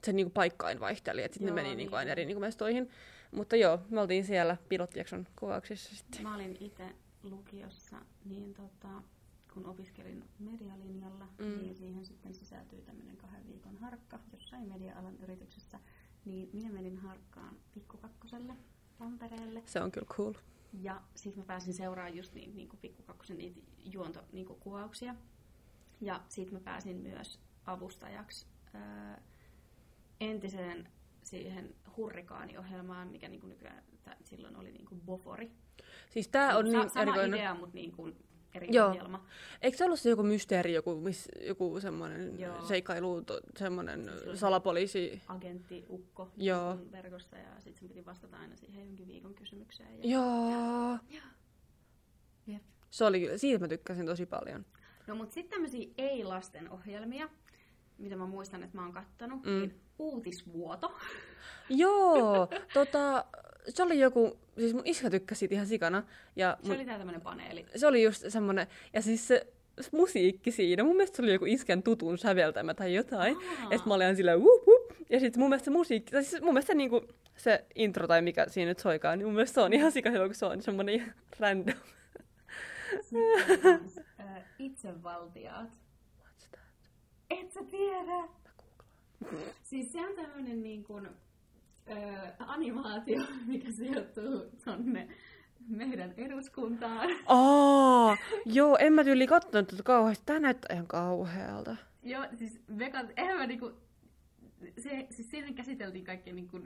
se niinku paikkain vaihteli, että sitten ne
Joo,
meni niinku aina
niin.
eri niinku mestoihin. Mutta joo, me oltiin siellä pilottijakson kuvauksissa sitten.
Mä olin itse lukiossa, niin tota, kun opiskelin medialinjalla,
Mm.
mm. niin siihen sitten sisältyi tämmöinen kahden viikon harkka jossain media-alan yrityksessä. Niin minä menin harkkaan pikkukakkoselle Tampereelle.
Se on kyllä cool.
Ja sitten mä pääsin seuraamaan just niitä niin pikkukakkosen niitä juonto, niin kuvauksia. Ja sitten mä pääsin myös avustajaksi ää, entiseen siihen hurrikaaniohjelmaan, mikä niin nykyään, tai silloin oli niin Bofori.
Siis tää on
Sa-
niin
sama
erikoinen.
idea, mutta niin kuin eri
Joo.
Joo. ohjelma.
Eikö se ollut se joku mysteeri, joku, miss, joku semmoinen
Joo.
seikkailu, to, semmoinen
Siis se oli-
salapoliisi?
Agentti Ukko
Joo.
niin kuin verkosta ja sitten sen piti vastata aina siihen jonkin viikon kysymykseen. Ja...
Joo.
Jep.
Se oli kyllä, siitä mä tykkäsin tosi paljon.
No mutta sitten tämmöisiä ei-lasten ohjelmia, mitä mä muistan, että mä oon kattonut,
Mm.
mm. niin uutisvuoto.
Joo, tota, se oli joku, siis mun iskä tykkäsi siitä ihan sikana. Ja
Se
mun
oli tää tämmönen paneeli.
se oli just semmoinen, ja siis se musiikki siinä, mun mielestä se oli joku iskän tutun säveltämä tai jotain.
Aa.
Ja sitten mä olin aina silleen wup, wup. Ja sitten mun mielestä se musiikki, tai siis mun mielestä se, niinku, se intro tai mikä siinä nyt soikaan, niin mun mielestä se on ihan sika hyvä, kun se on semmoinen ihan random.
Sitten oli kans, ö, itsevaltiaat.
What's that?
Et sä tiedä!
Mä googlaan.
Siis se on tämmönen niin kuin, ö, animaatio, mikä sijoittuu tonne meidän eduskuntaan.
Aa, joo, en mä tyyli kattonut tätä kauheasti. Tää näyttää ihan kauhealta.
Joo, siis vegan, eihän mä niinku, se, siis siinä käsiteltiin kaikkea niinku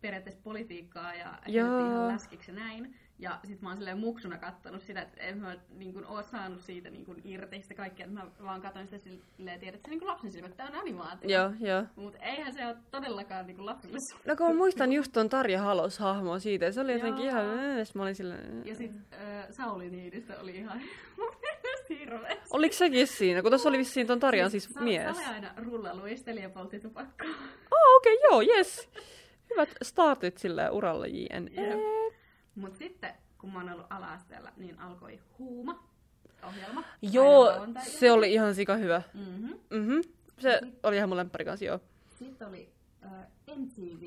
periaatteessa politiikkaa ja
Joo.
Joo. ihan läskiksi ja näin. Ja sit mä oon silleen muksuna kattonut sitä, että en mä niinku oo saanut siitä niinku irti sitä kaikkea, että mä vaan katsoin sitä silleen, tiedät, että se niinku lapsen silmät, tää on animaatio.
Joo, joo.
Mut eihän se oo todellakaan niinku lapsille su-
No kun mä muistan just ton Tarja Halos hahmoa siitä, ja se oli jotenkin
Joo.
ihan... Sitten mä olin silleen... eh.
Ja sit äh, Sauli Niinistö oli ihan mun mielestä hirveä.
Oliko sekin siinä? Kun tässä oli vissiin ton Tarjan siis
Sa-
mies.
Sale aina rulla luisteli ja poltti tupakkaa.
Oh, okei, okay, joo, jes. Hyvät startit sillä uralla JNE.
Jep. Mutta sitten, kun mä oon ollut ala-asteella, niin alkoi huuma ohjelma.
Joo, se oli ihan sika hyvä.
Mm-hmm.
Mhm. Se oli ihan mun lemppari kanssa, joo.
Sitten oli uh, MTV.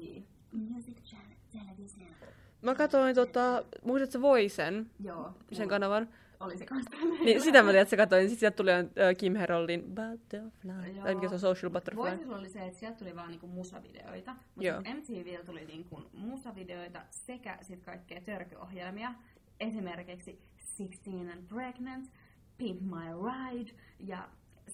Music Channel Television.
Mä katsoin tota, muistatko sä Voisen,
Joo.
sen
mulla
kanavan?
Oli se kanssa tämmöinen.
Niin sitä mä tiedän, että sä katsoin. Sitten sieltä tuli äh, Kim Heroldin Butterfly. Tai mikä se on Social Butterfly.
Voisilla oli se, että sieltä tuli vaan niinku musavideoita,
Joo.
mutta MTVllä tuli niinku musavideoita sekä sit kaikkea törkyohjelmia, esimerkiksi 16 and Pregnant, Pimp My Ride ja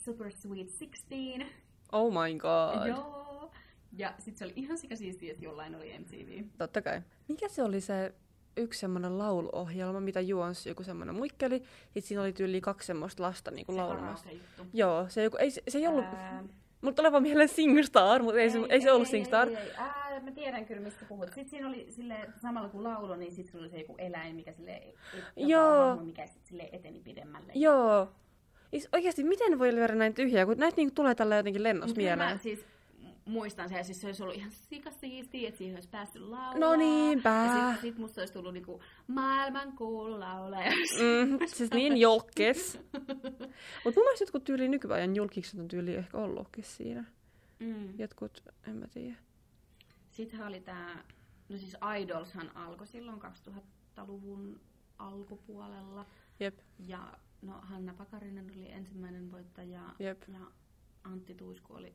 Super Sweet 16.
Oh my god.
Joo. Ja sit se oli ihan sika siistiä, että jollain oli MTV.
Totta kai. Mikä se oli se yksi semmonen lauluohjelma, mitä juonsi joku semmonen muikkeli. Sitten siinä oli tyyli kaksi semmoista lasta niinku laulamassa.
se Ähm. juttu.
Joo, se, joku, ei, se, se ei ollut...
Ää,
Mulla tulee vaan mieleen Singstar, mutta ei, se, ei se ollut Singstar.
Ei, ei. Ää, mä tiedän kyllä, mistä puhut. Sitten siinä oli sille, samalla kuin laulo, niin sitten sulla oli se joku eläin, mikä sille,
Joo.
mikä sit sille eteni pidemmälle.
Joo. Is, oikeasti, miten voi lyödä näin tyhjää, kun näitä niinku tulee tällä jotenkin lennossa
Mut kyllä
mieleen.
Mä siis muistan sen, ja siis se olisi ollut ihan sikasiistiä, että siihen olisi päästy laulaa.
No niinpä.
Ja sit, sit musta olisi tullut niinku maailman cool laulaja.
Mm, siis niin julkis. Mutta mun mielestä jotkut tyyli nykyään julkikset on tyyli ehkä ollutkin siinä.
Mm.
Jotkut, en mä tiedä.
Sittenhän oli tää, no siis Idolshan alkoi silloin 2000-luvun alkupuolella.
Jep,
Ja no Hanna Pakarinen oli ensimmäinen voittaja.
jep.
Ja Antti Tuisku oli,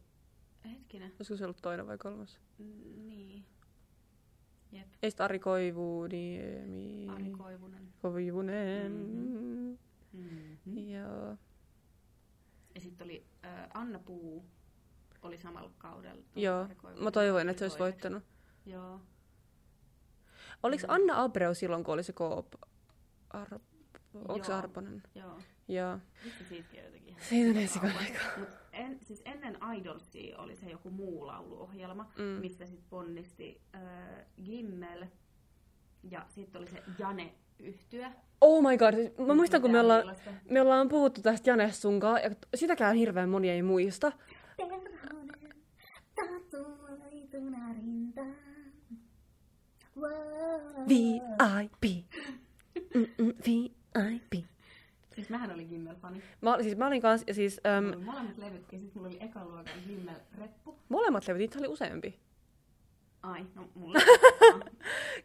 hetkinen,
Olisiko se ollut toinen vai kolmas?
n- niin. Jep,
Ei sit Ari Koivuniemi.
Ari Koivunen.
Koivunen. Mm-hmm.
Mm-hmm.
Joo.
Ja sitten oli äh, Anna Puu, oli samalla kaudella.
Joo.
Ari Koivunen
Mä toivoin,
oli
että se olisi
toiseksi.
voittanut.
Joo.
Oliko
Mm.
Anna Abreu silloin, kun oli se Coop? Ar... Onko se
Joo.
Arponen?
Joo.
Joo.
Vitsi siitäkin on jotenkin. ihan
Siitä on
sika
ensi
kauan.
aikaa.
Mut en, siis ennen Idolsia oli se joku muu lauluohjelma,
Mm.
mm. mistä sitten ponnisti äh, Gimmel ja sitten oli se jane yhtyä
Oh my god, siis mä muistan kun me ollaan, me ollaan puhuttu tästä Janes sunkaan, ja sitäkään hirveän moni ei muista.
Perhonen tatuoituna rintaan. Wow.
VIP. Mm-mm, VIP.
Siis mähän olin Gimmel-fani.
Mä, siis mä olin kans, ja siis
Mulla
äm,
oli molemmat levyt ja sitten mulla oli ekan luokan Gimmel-reppu.
molemmat levyt, niitä oli useampi.
Ai, no mulla,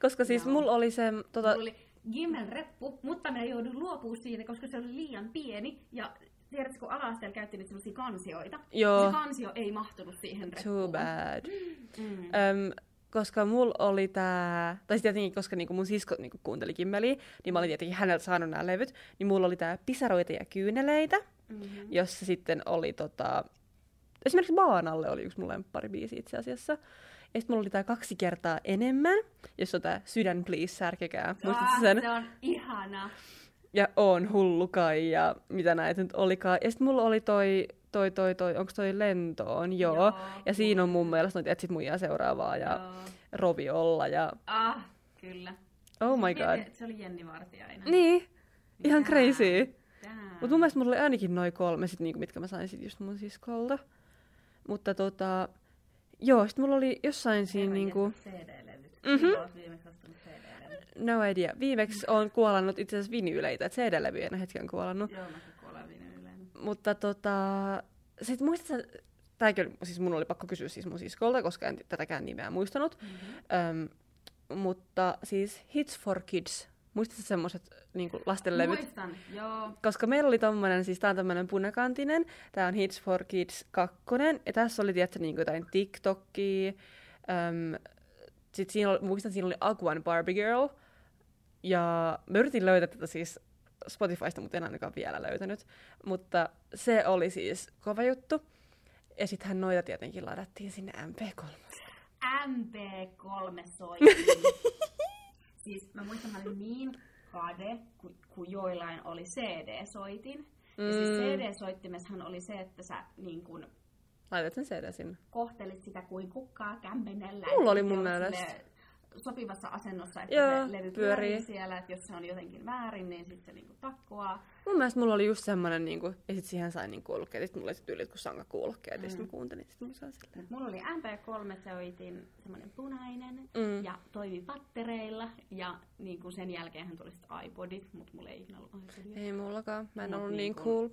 Koska siis
Joo.
mulla oli se, tota,
mulla oli Gimmel-reppu, mutta mä joudun luopumaan siitä, koska se oli liian pieni ja tiedätkö, kun ala käytti niitä sellaisia kansioita.
Joo.
Se kansio ei mahtunut siihen
too
reppuun.
bad.
Mm.
Öm, koska mulla oli tää, tai sit tietenkin koska niinku mun sisko niinku kuunteli Kimmeliä, niin mä olin tietenkin häneltä saanut nämä levyt, niin mulla oli tää Pisaroita ja kyyneleitä,
Mm-hmm.
jossa sitten oli tota, esimerkiksi Baanalle oli yksi mun lempparibiisi itse asiassa. Ja sitten mulla oli tää kaksi kertaa enemmän, jossa on tää Sydän please särkekää, muistatko sen?
Se on ihana.
Ja on hullu kai ja mitä näitä nyt olikaan. Ja sitten mulla oli toi, toi, toi, toi, onko toi lentoon? Joo.
Joo,
ja siinä on mun mielestä noita etsit muijaa seuraavaa ja
Joo.
roviolla ja
Ah, kyllä.
oh my
Se oli-
god.
Se oli Jenni Vartiainen.
Niin, ihan
Niin. Jaa.
crazy.
Tää.
Mutta mun mielestä mulla oli ainakin noin kolme, sit niinku, mitkä mä sain sit just mun siskolta. Mutta tota, joo, sit mulla oli jossain siinä
Herran
niinku,
jestas, CD-levyt.
Mhm.
Milloin oot viimeksi ostanut CD-levyt?
no idea. Viimeksi on kuolannut itse asiassa vinyyleitä, et CD-levyjä en ole hetken kuolannut.
Joo, mäkin kuolen vinyyleen.
Mutta tota, sit muistat sä, tääkin, oli- siis mun oli pakko kysyä siis mun siskolta, koska en tätäkään nimeä muistanut.
Mhm.
Öm, mutta siis Hits for Kids, muistatko semmoset niinku lastenlevyt?
Muistan, joo.
koska meillä oli tommonen, siis tää on tämmönen punakantinen, tää on Hits for Kids 2, ja tässä oli tietysti niinku jotain TikTokia, äm, sit siinä oli, muistan siinä oli Aquan Barbie Girl, ja mä yritin löytää tätä siis Spotifysta, mutta en ainakaan vielä löytänyt, mutta se oli siis kova juttu, ja sittenhän noita tietenkin ladattiin sinne MP3.
MP3 soi. siis mä muistan, mä olin niin kade, kun, kun joillain oli CD-soitin. Ja siis
Mm.
CD-soittimessahan oli se, että sä niin kun,
Laitat sen CD sinne.
kohtelit sitä kuin kukkaa kämmenellä.
Mulla
Et
oli mun
se on
mielestä.
silleen sopivassa asennossa, että
Joo,
se levy
pyörii.
pyörii. siellä, että jos se on jotenkin väärin, niin sitten se niinku takkoaa.
Mun mielestä mulla oli just semmonen, niinku, ja sit siihen sain niin kuulokkeet, ja sit mulla oli sit yli jotkut sankakuulokkeet, ja sit mä kuuntelin sit musaa silleen.
Mut mulla oli MP3 soitin semmoinen punainen
Mm.
mm. ja toimi pattereilla ja niinku sen jälkeen tuli sitten iPodit, mutta mulla ei ikinä ollut iPodia.
Ei mullakaan, mä en
Mut
ollut niin
niin
cool.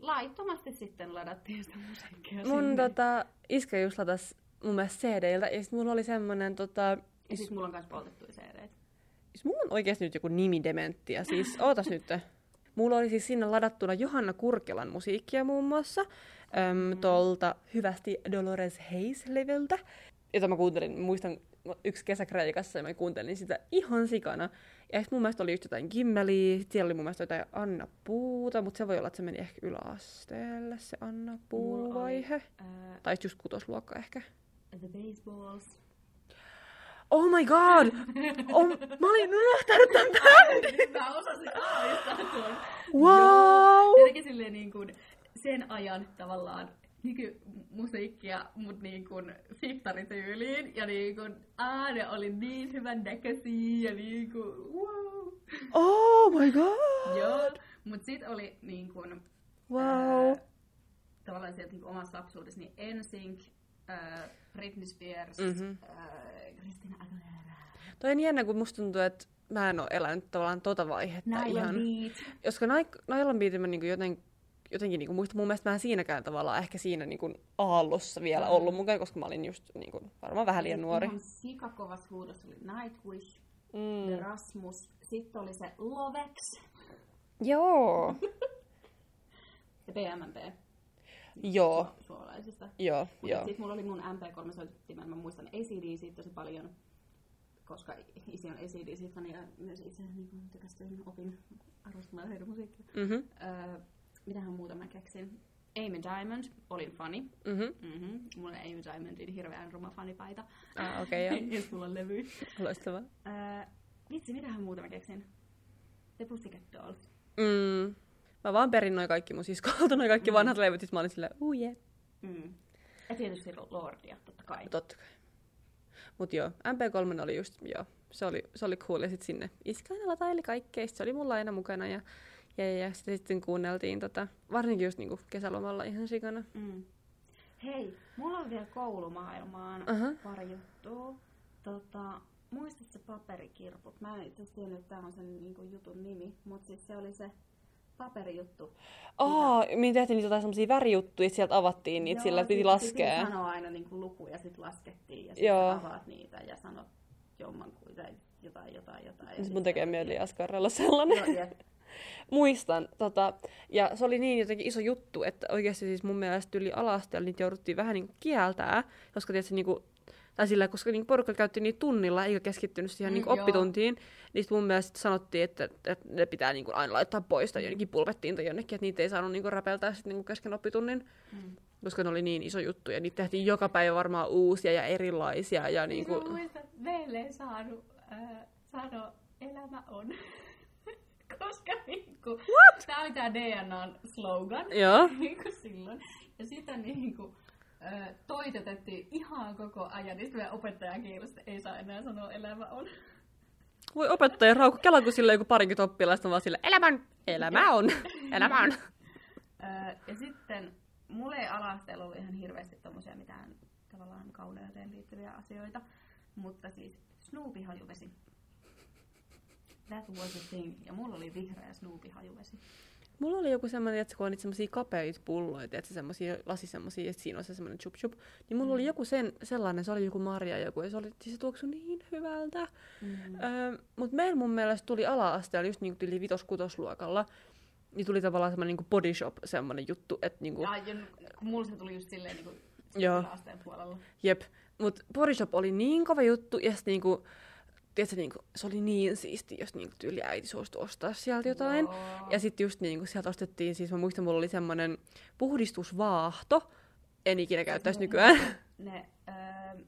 Laittomasti sitten ladattiin sitä musiikkia
Mun
sinne.
tota, iskä just latas mun mielestä CD-iltä, ja sit mulla oli semmonen tota...
Ja sit mulla on myös poltettuja CD.
Siis mulla on oikeesti nyt joku nimidementti, ja siis ootas nyt. Mulla oli siis sinne ladattuna Johanna Kurkelan musiikkia muun muassa, äm, tolta hyvästi Dolores Hayes-leveltä, jota mä kuuntelin, muistan mä- yksi kesä Kreikassa, ja mä kuuntelin sitä ihan sikana. Ja sit mun mielestä oli just jotain Gimmeliä, sit siellä oli mun mielestä jotain Anna Puuta, mutta se voi olla, että se meni ehkä yläasteelle, se Anna
Mulla oli,
Puu-vaihe.
Öö,
Tai just kutosluokka ehkä.
the Baseballs.
Oh my god! Oh, mä olin unohtanut tämän bändin!
Mä osasin aavistaa tuon.
Wow!
Jotenkin silleen niin kuin sen ajan tavallaan nykymusiikkia, mutta niin kuin fittarityyliin. Ja niin kuin, aa, ne oli niin hyvän näköisiä ja niin kuin, wow.
Oh my god!
Joo, mutta sit oli niin kuin,
Wow!
tavallaan sieltä niin omassa lapsuudessa, niin NSYNC, ää, Britney Spears,
Mhm.
mm-hmm. ää, Christina Aguilera,
Toi on jännä, kun musta tuntuu, että mä en oo elänyt tavallaan tota vaihetta
Nylon
ihan.
Beat.
Koska Nai- Nylon Beatin mä niinku joten, jotenkin niinku muistan, mun mielestä mä en siinäkään tavallaan ehkä siinä niinku aallossa vielä ollut mukana, koska mä olin just niinku varmaan vähän liian
Sit
nuori.
Ihan sikakovassa huudossa oli Nightwish,
Mm.
Erasmus, sitten oli se Lovex
Joo.
ja PMMP
Joo.
su- suomalaisista.
Joo,
Mutta
joo.
sitten mulla oli mun MP3-soittimen, mä muistan ACDC tosi paljon, koska isi on ACDC-fani ja myös itse niin tykästyin, opin arvostamaan heidän musiikkia.
Mhm,
Öö, mitähän muuta mä keksin? Amy Diamond, olin fani.
mhm.
Mm-hmm. Mulla on Amy Diamondin hirveän ruma fanipaita.
Ah, okei, okay, joo.
Jos mulla on levy.
Loistavaa.
Öö, vitsi, mitähän muuta mä keksin? The Pussycat Dolls.
Mm. Mä vaan perin noin kaikki mun siskolta, noin kaikki vanhat levyt, sit mä olin silleen, uu yeah.
Mm. Ja tietysti Lordia, totta kai.
Totta kai. Mut joo, MP3 oli just, joo, se oli, se oli cool. Ja sit sinne iskainen lataili kaikkea, sit se oli mulla aina mukana. Ja, ja, ja, ja sitten, sitten kuunneltiin tota, varsinkin just niinku kesälomalla ihan sikana.
Mm. Hei, mulla on vielä koulumaailmaan
Aha.
pari juttua. Tota, muistat se paperikirput? Mä en itse asiassa tiennyt, että tää on sen niinku, jutun nimi, mutta siis se oli se paperijuttu.
Aa, me tehtiin niitä jotain semmosia värijuttuja, että sieltä avattiin niitä,
Joo,
Niin, sillä piti
sit
laskea.
Piti sanoa aina niinku, luku ja sitten laskettiin ja sitten
Joo.
avaat niitä ja sanot jommankuita jotain, jotain, jotain. ja
Nyt
sit
mun
se-
tekee mieli askarrella sellainen.
Joo, jep.
Muistan. Tota, ja se oli niin jotenkin iso juttu, että oikeasti siis mun mielestä yli alasteella niitä jouduttiin vähän niin kieltää, koska tietysti niin kuin, tai sillä, koska niin porukka käytti niitä tunnilla eikä keskittynyt siihen
Mm,
mm, niin
joo.
oppituntiin, niin sit mun mielestä sanottiin, että, että ne pitää niin aina laittaa pois tai jonnekin pulvettiin tai jonnekin, että niitä ei saanut niin kuin räpeltää sit niin kesken oppitunnin,
Mm.
koska ne oli niin iso juttu ja niitä tehtiin joka päivä varmaan uusia ja erilaisia. Ja niin
Niin
kuin,
muistat, meille ei saanut äh, sanoa elämä on. Koska niinku, tää oli tää DNAn slogan
Joo.
niinku silloin. Ja sitä niinku äh, toitotettiin ihan koko ajan. Niin sit meidän opettajan kielestä ei saa enää sanoa elämä on.
Voi opettaja raukku kelaa, kun sillä joku parikymmentä oppilasta on vaan sillä, elämä on, elämä on, elämä on.
Öö, ja sitten mulle ei alasteella ollut ihan hirveästi tommosia mitään tavallaan kauneuteen liittyviä asioita, mutta siis Snoopy hajuvesi. That was a thing. Ja mulla oli vihreä Snoopy hajuvesi.
Mulla oli joku semmoinen, että kun on niitä semmosia kapeita pulloja, että semmosia lasi semmosia, että siinä on se semmoinen chup chup, niin mulla oli joku sen, sellainen, se oli joku marja joku, ja se, oli, siis se tuoksui niin hyvältä.
Mm.
Öö, mutta meillä mun mielestä tuli ala-asteella, just niinku yli vitos-kutosluokalla, niin tuli tavallaan semmoinen niinku body shop semmoinen juttu, että niinku,
Ja, ja kun mulla se tuli just silleen niin kuin
Joo.
asteen puolella.
Jep, mutta Body Shop oli niin kova juttu, ja sit niinku, tiedätkö, niinku, se oli niin siisti, jos niinku tyyli äiti suostui ostaa sieltä jotain.
Joo.
Ja sitten just niinku sieltä ostettiin, siis mä muistan, mulla oli semmoinen puhdistusvaahto, en ikinä käyttäisi
Siis mu-
nykyään.
Ne öö,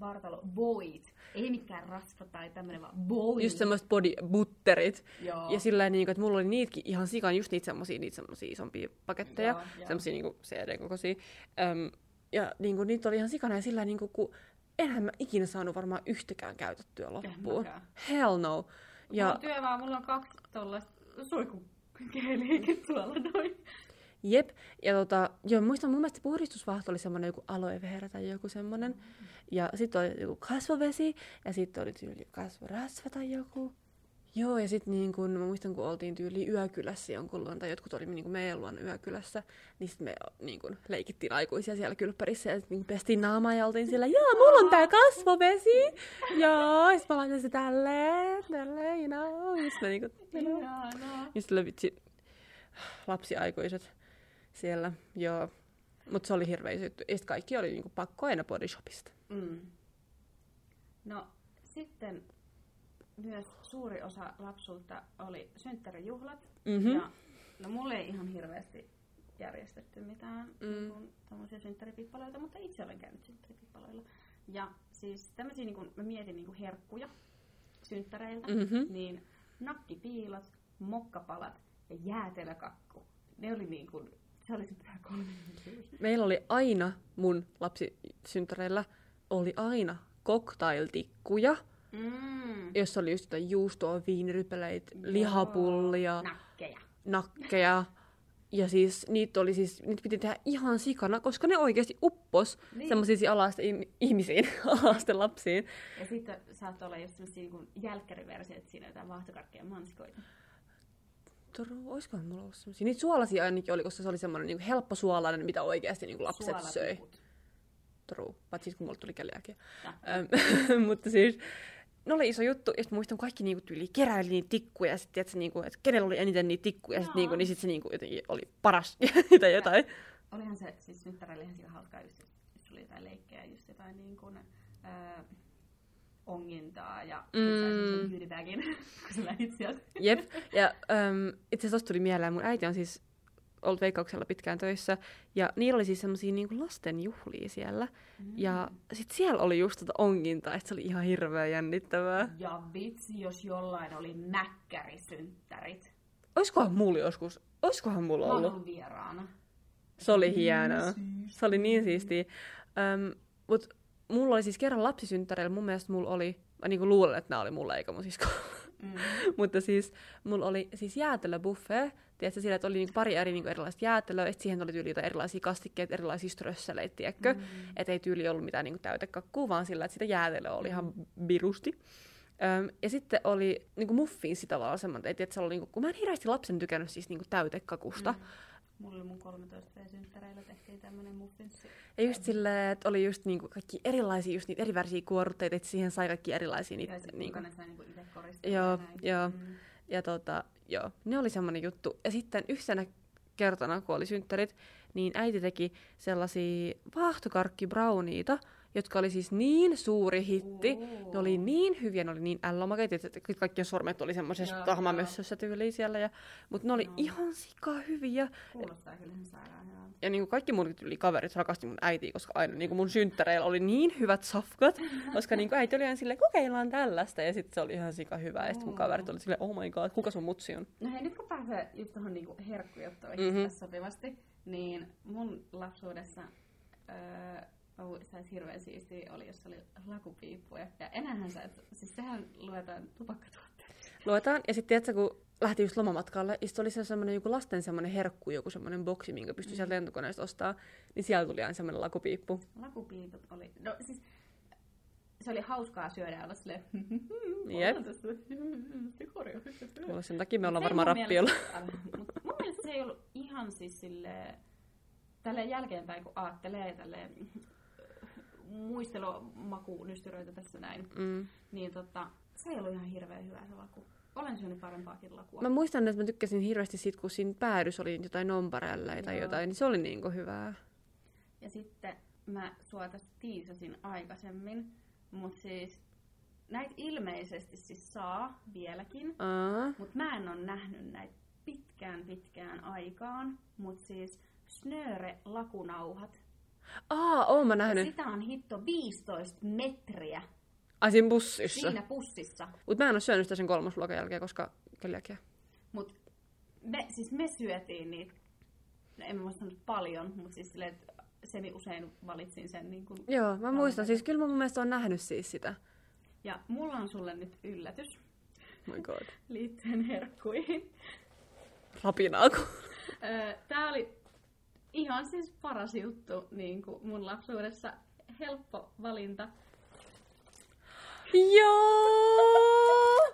vartalo voit. Ei mikään rasva tai tämmönen vaan voit.
Just semmoiset body butterit.
Joo.
Ja sillä niin että mulla oli niitäkin ihan sikan, just niitä semmosia, niitä semmosia isompia paketteja,
Joo, joo.
semmosia niinku CD-kokoisia. Öm, ja niinku niitä oli ihan sikana ja sillä niinku, kun enhän mä ikinä saanut varmaan yhtäkään käytettyä loppuun.
mäkään.
Hell no.
ja...
Ja
Mulla on työ vaan, mulla on kaksi tollasta suikukeeliäkin tuolla noin.
jep, ja tota, joo, muistan mun mielestä se puhdistusvaahto oli semmoinen joku aloeveherä tai joku semmoinen. Ja sitten oli joku kasvovesi, ja sitten oli tyyli kasvorasva tai joku. Joo, ja sitten niin kun, mä muistan, kun oltiin tyyli yökylässä jonkun luona, tai jotkut oli niin kun meidän luona yökylässä, niin sitten me niin kun, leikittiin aikuisia siellä kylppärissä, ja sitten niin pestiin naamaa ja oltiin sillä, joo, mulla on tää kasvovesi, joo, ja sit mä laitan se tälleen, tälleen, you know, ja sit me niin kun,
Ihanaa.
ja sillä vitsi, lapsiaikuiset siellä, joo. Mutta se oli hirveä juttu. Ja sit kaikki oli niinku pakko aina bodyshopista.
Mm. No sitten myös suuri osa lapsuutta oli synttärijuhlat.
Mhm.
Ja, no mulle ei ihan hirveästi järjestetty mitään
Mm.
mm. niin tämmöisiä synttäripippaloita, mutta itse olen käynyt synttäripippaloilla. Ja siis tämmöisiä, niin kun mä mietin niin kun herkkuja synttäreiltä,
Mhm.
niin nakkipiilat, mokkapalat ja jäätelökakku. Ne oli niin kuin, se oli se kolme.
Meillä oli aina, mun lapsisynttäreillä, oli aina cocktailtikkuja,
Mm.
jossa oli just jotain juustoa, viinirypeleitä, lihapullia,
Nakkeja.
nakkeja. Ja siis niitä, oli siis, niitä piti tehdä ihan sikana, koska ne oikeasti uppos
Niin.
niin. semmoisiin alaisten ihm- ihmisiin, alaisten lapsiin.
Ja sitten saattoi olla just sellaisia niin jälkkäriversioita, että siinä on jotain vaahtokarkkeja ja mansikoita.
Toru, olisikohan mulla ollut semmosia? Niitä suolaisia ainakin oli, koska se oli semmoinen niinku helppo suolainen, mitä oikeasti niinku lapset söi.
Suolapiput.
True. Paitsi sit, kun mulla tuli keliäkin.
Ja.
Ähm, mutta siis, ne oli iso juttu, ja sit muistan, kun kaikki niinku tyyli keräili niitä tikkuja, ja sit tiedätkö, niinku, että kenellä oli eniten niitä tikkuja, ja sit,
Joo.
niinku, niin sit se niinku jotenkin oli paras tai jotain.
Olihan se, siis nyt täällä oli ihan sillä hauskaa just, jos oli jotain leikkejä, just jotain niin kuin, öö, ongintaa ja mm.
Mm.
sen beautybagin, kun sä lähdit sieltä.
Jep. Ja äm, itse asiassa tosta tuli mieleen, mun äiti on siis ollut veikkauksella pitkään töissä, ja niillä oli siis semmosia niinku lastenjuhlia siellä, ja sit siellä oli just tota ongintaa, että se oli ihan hirveä jännittävää.
Ja vitsi, jos jollain oli mäkkärisynttärit.
Oiskohan mulla joskus? Oiskohan mulla
Mä oon
ollut?
ollut vieraana. Mm.
Se oli hienoa.
Syy.
Se oli niin siistiä. Um, mut mulla oli siis kerran lapsisynttäreillä, mun mielestä mulla oli, mä niinku luulen, että nämä oli mulla eikä mun sisko.
Mm.
Mutta siis mulla oli siis jäätelöbuffet, tiedätkö, siellä että oli niinku pari eri niinku erilaista jäätelöä, että siihen oli tyyli jotain erilaisia kastikkeita, erilaisia strösseleitä, tiedätkö? Mm. Että ei tyyli ollut mitään niinku täytekakkua, vaan sillä, että sitä jäätelöä oli ihan virusti. Öm, ja sitten oli niinku muffiinsi tavallaan semmoinen, että se oli niinku, kun mä en hirveästi lapsen tykännyt siis niinku täytekakusta. Mm.
Mulla oli mun 13 synttäreillä tehtiin tämmönen muffinssi.
Ja just silleen, että oli just niinku kaikki erilaisia, just niitä erivärisiä kuorrutteita, että siihen sai kaikki erilaisia niitä.
Ja sit
niinku,
kukainen sai niinku itse koristaa.
Joo,
ja näin.
joo.
Mm.
Ja tota, joo, ne oli semmoinen juttu. Ja sitten yhtenä kertana, kun oli synttärit, niin äiti teki sellaisia vaahtokarkkibrauniita, jotka oli siis niin suuri hitti,
Oo.
ne oli niin hyviä, ne oli niin ällomakeita, että kaikkien sormet oli semmoisessa
Joo,
tahmamössössä tyyliin siellä, ja, mutta ne oli
Joo.
ihan sika hyviä.
Kuulostaa kyllä ihan sairaan hyvältä.
Ja niin kuin kaikki mun yli kaverit rakasti mun äitiä, koska aina niin kuin mun synttäreillä oli niin hyvät safkat, koska niin kuin äiti oli aina silleen, kokeillaan tällaista, ja sitten se oli ihan sika hyvä. Ja sitten mun kaverit oli silleen, oh my god, kuka sun mutsi on?
No hei, nyt kun pääsee just tuohon niinku herkkujuttuihin
Mhm.
mm-hmm. tässä sopivasti, niin mun lapsuudessa öö, mä muistan, että hirveän siistiä oli, jos oli lakupiippuja. Ja enäähän sä, et, siis sehän luetaan tupakkatuotteeksi.
Luetaan, ja sitten tiedätkö, kun lähti just lomamatkalle, ja sitten oli se semmoinen joku lasten semmoinen herkku, joku semmoinen boksi, minkä pystyi
Mm.
sieltä lentokoneesta ostaa, niin siellä tuli aina semmoinen lakupiippu.
Lakupiiput oli, no siis se oli hauskaa syödä ja olla silleen,
Jep.
"Ollaan tässä, se korjaa.
Mulla sen takia me ollaan
Mut ei
varmaan
mun
rappiolla.
mielestä- Älä, mut mun mielestä se ei ollut ihan siis silleen, tälle jälkeenpäin kun aattelee tälle mm, muistelomakunystyröitä tässä näin,
Mm.
niin tota, se ei ollut ihan hirveän hyvä se laku. Olen syönyt parempaakin lakua.
Mä muistan, että mä tykkäsin hirveästi siitä, kun siinä päädys oli jotain nomparelle tai
Joo.
jotain, niin se oli niinku hyvää.
Ja sitten mä sua tästä tiisasin aikaisemmin, mutta siis näitä ilmeisesti siis saa vieläkin,
Aa.
Mut mä en ole nähnyt näitä pitkään pitkään aikaan, mut siis Snöre lakunauhat.
Aa, oon mä
Ja
nähnyt.
sitä on hitto 15 metriä
Ai siinä bussissa.
siinä pussissa.
Mut mä en oo syönyt sitä sen kolmosluokan jälkeen, koska keliakia.
Mut me, siis me syötiin niitä, no en mä muista nyt paljon, mut siis silleen, että semi usein valitsin sen niin kun.
Joo, mä muistan. Siis kyllä mä mun mielestä on nähnyt siis sitä.
Ja mulla on sulle nyt yllätys
Oh My god.
liittyen herkkuihin.
Rapinaa kun...
Öö, Tää oli ihan siis paras juttu niin kuin mun lapsuudessa. Helppo valinta.
Joo!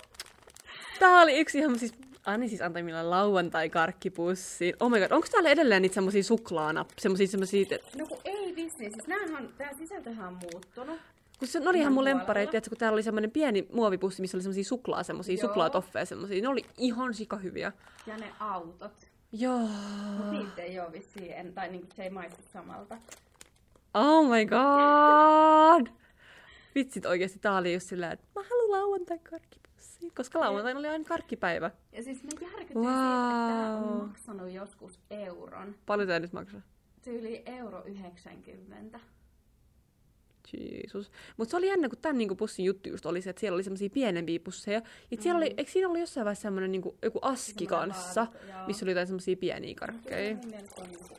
Tää oli yksi ihan siis... Anni siis antoi minulle lauantai-karkkipussiin. Oh my god, onko täällä edelleen niitä semmosia suklaana? Semmosia, semmosia... te-
No kun ei vissi, siis nämähän, tää sisältöhän on muuttunut.
Kun se ne oli ihan mun
Ihan
lemppareita,
puolella.
tiedätkö, kun täällä oli semmoinen pieni muovipussi, missä oli semmosia suklaa, semmosia
Joo.
suklaatoffeja, semmosia. Ne oli ihan sikahyviä.
Ja ne autot.
Joo.
Mut niitä ei oo vissiin, en, tai niinku se ei maistu samalta.
Oh my god! Vitsit oikeesti, tää oli just sillä, että mä haluan lauantai karkkipussin, koska lauantaina oli aina karkkipäivä.
Ja siis me järkytyin wow. siitä, että tää
Wow.
on maksanut joskus euron.
Paljon tää nyt maksaa?
Tyyli euro 90.
Jeesus. Mut se oli jännä, kun tämän niinku pussin juttu just oli se, että siellä oli semmosia pienempiä pusseja. Ja siellä oli, eikö siinä ollut jossain vaiheessa semmonen niinku, joku aski
Mm. Semmonen
kanssa,
laatikko, joo. Siis
missä oli jotain semmosia pieniä karkkeja.
Kyllä meillä on niinku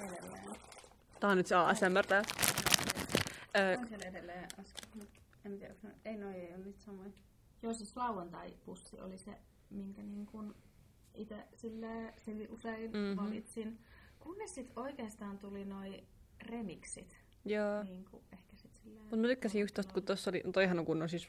edelleen.
Tää on nyt se ASMR tää. Ö,
On siellä edelleen askel. mut En tiedä, onko ne- ei noi ei oo nyt samoin. Joo, siis lauantai-pussi oli se, minkä niin kun itse sille sen usein
Mhm.
mm-hmm. valitsin. Kunnes sit oikeastaan tuli noi remiksit.
joo.
Niin kuin ehkä sit silleen...
Mut mä tykkäsin just tosta, kun tossa oli, toihan on kunnon siis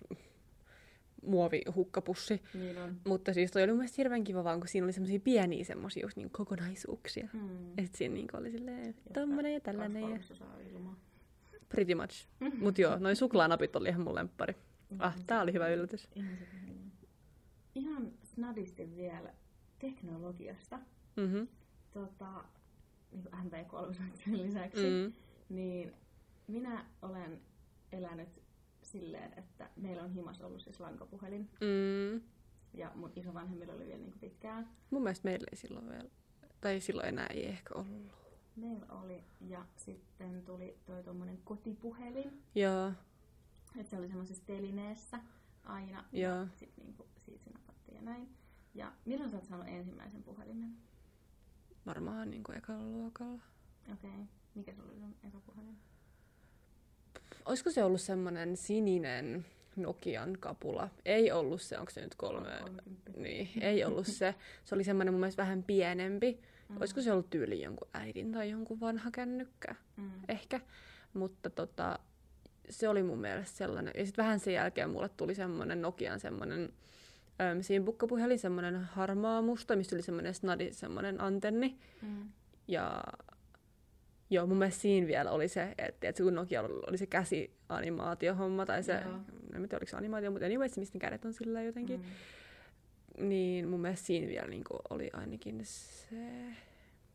muovihukkapussi.
Niin on.
Mutta siis toi oli mun mielestä hirveän kiva vaan, kun siinä oli semmosia pieniä semmosia just niinku kokonaisuuksia. Mm.
Mm.
Ja sit siinä niinku oli silleen tommonen ja tällainen ja
Kaksi kolmasosaa ilmaa.
pretty much. Mut joo, noi suklaanapit oli ihan mun lemppari.
Mm-hmm.
Ah, tää oli hyvä yllätys.
Ihan se kyllä. Ihan snadisti vielä teknologiasta.
Mhm.
Tota, niin kuin MP3 lisäksi.
Mm.
Niin minä olen elänyt silleen, että meillä on himas ollut siis lankapuhelin.
Mm.
Ja mun isovanhemmilla oli vielä niin kuin pitkään.
Mun mielestä meillä ei silloin vielä, tai silloin enää ei ehkä ollut.
Meillä oli. Ja sitten tuli toi tommonen kotipuhelin.
Joo,
Että se oli semmoisessa telineessä aina.
joo.
Sitten niinku siitä se napattiin ja näin. Ja milloin sä oot saanut ensimmäisen puhelimen?
Varmaan niinku ekalla luokalla.
Okei. Okay. Mikä se oli sun eka puhelin?
Olisiko se ollut semmoinen sininen Nokian kapula? Ei ollut se, onko se nyt kolme?
Kolmekymppi.
Niin, ei ollut se. Se oli semmoinen mun mielestä vähän pienempi.
Mm.
Olisiko se ollut tyyli jonkun äidin tai jonkun vanha kännykkä?
Mm.
Ehkä. Mutta tota, se oli mun mielestä sellainen. Ja sitten vähän sen jälkeen mulle tuli semmoinen Nokian semmoinen äm, simpukkapuhelin, semmoinen harmaa musta, missä oli semmoinen snadi, semmoinen antenni.
Mm.
Ja joo, mun mielestä siinä vielä oli se, että, että kun Nokia oli se käsianimaatiohomma, tai se,
Joo.
en mä tiedä oliko se animaatio, mutta anyway, se mistä ne kädet on sillä jotenkin,
Mm.
mm. niin mun mielestä siinä vielä niin oli ainakin se...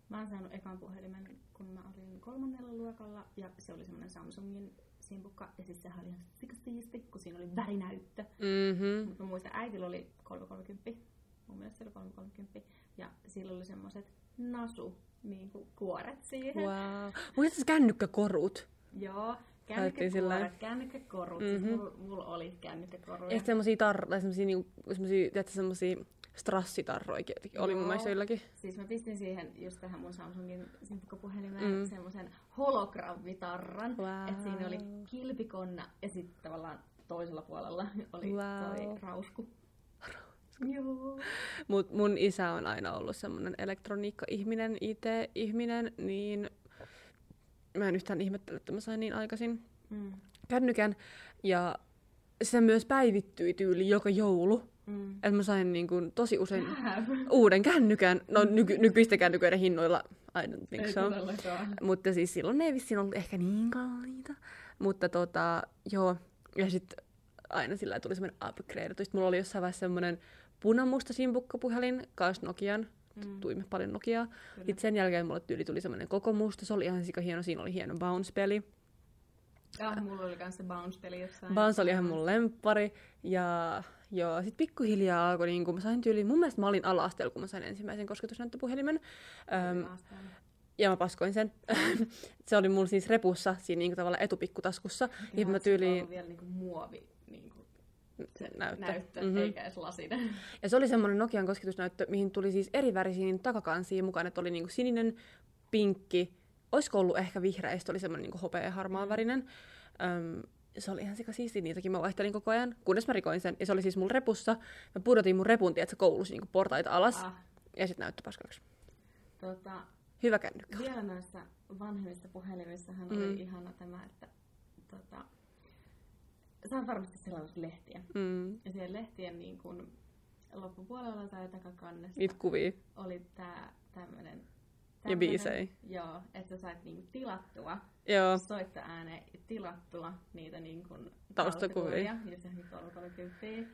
Mä oon saanut ekan puhelimen, kun mä olin kolmannella luokalla, ja se oli semmoinen Samsungin simpukka, ja siis sehän oli ihan sikasiisti, kun siinä oli värinäyttö.
Mm-hmm.
Mut Mä muistan, äitillä oli 330, mun mielestä se oli 330, ja sillä oli semmoiset nasu niin kuin kuoret siihen.
Wow. Muistatko se kännykkäkorut?
Joo,
sillä
kännykkäkuoret,
lailla.
kännykkäkorut, mm-hmm. siis
Mhm.
mulla, mulla oli kännykkäkoruja.
Ja sitten semmosia tar- tai semmosia, niinku, semmosia, tiedätkö, semmosia strassitarroikin jotenkin. oli mun
Joo.
mielestä joillakin.
Siis mä pistin siihen just tähän mun Samsungin simpukkapuhelimeen mm.
Mm.
semmoisen hologrammitarran.
Wow.
Että siinä oli kilpikonna ja sitten tavallaan toisella puolella oli wow.
Wow.
toi rausku. Joo.
Mut mun isä on aina ollut semmoinen elektroniikka-ihminen, IT-ihminen, niin mä en yhtään ihmettele, että mä sain niin aikaisin
Mm.
kännykän. Ja se myös päivittyi tyyli joka joulu.
Mm.
Että mä sain niin kun tosi usein uuden kännykän. No nyky- nykyistä kännyköiden hinnoilla, I don't think
Ei
so.
todellakaan.
Mutta siis silloin ne ei vissiin ollut ehkä niin kalliita. Mutta tota, joo. Ja sitten aina sillä tuli semmoinen upgrade. Sitten mulla oli jossain vaiheessa semmoinen punamusta simpukkapuhelin, kans Nokian.
Mm.
Tuimme paljon Nokiaa.
Kyllä.
Sitten sen jälkeen mulle tyyli tuli semmoinen koko musta. Se oli ihan sika hieno. Siinä oli hieno bounce-peli.
Ja Ah, mulla oli kans se bounce-peli jossain.
Bounce oli ihan mun lemppari. Ja joo, sit pikkuhiljaa alkoi, niin kun mä sain tyyliin, mun mielestä mä olin ala kun mä sain ensimmäisen kosketusnäyttöpuhelimen. Öm,
Asteella.
ja mä paskoin sen. se oli mulla siis repussa, siinä niinku tavallaan etupikkutaskussa. Ja mä
Jaa, sulla on
tyyliin...
ollut vielä niinku muovi niinku se näyttö,
Näyttö.
näyttö mm-hmm.
Mhm.
eikä edes lasinen.
Ja se oli semmoinen Nokian kosketusnäyttö, mihin tuli siis eri värisiin takakansiin mukaan, että oli niinku sininen, pinkki, olisiko ollut ehkä vihreä, ja sit oli semmoinen niinku hopea
Mm.
harmaan värinen. Öm, se oli ihan sika siisti, niitäkin mä vaihtelin koko ajan, kunnes mä rikoin sen. Ja se oli siis mulla repussa. Mä pudotin mun repun, että se koulusi niinku portaita alas,
Ah,
ja sitten näyttö paskaksi.
tota,
Hyvä kännykkä.
Vielä noissa vanhemmissa puhelimissahan mm.
Mm.
oli ihana tämä, että tota, sä oot varmasti selannut lehtiä.
Mm.
Ja siellä lehtien niin kun, loppupuolella tai takakannessa
Niitä kuvia.
oli tää tämmönen,
Ja biisei.
Joo, että sä sait niin tilattua,
Joo.
soittoääneen tilattua niitä niin kun,
Taustakuvia. Oh
Ja se nyt on 30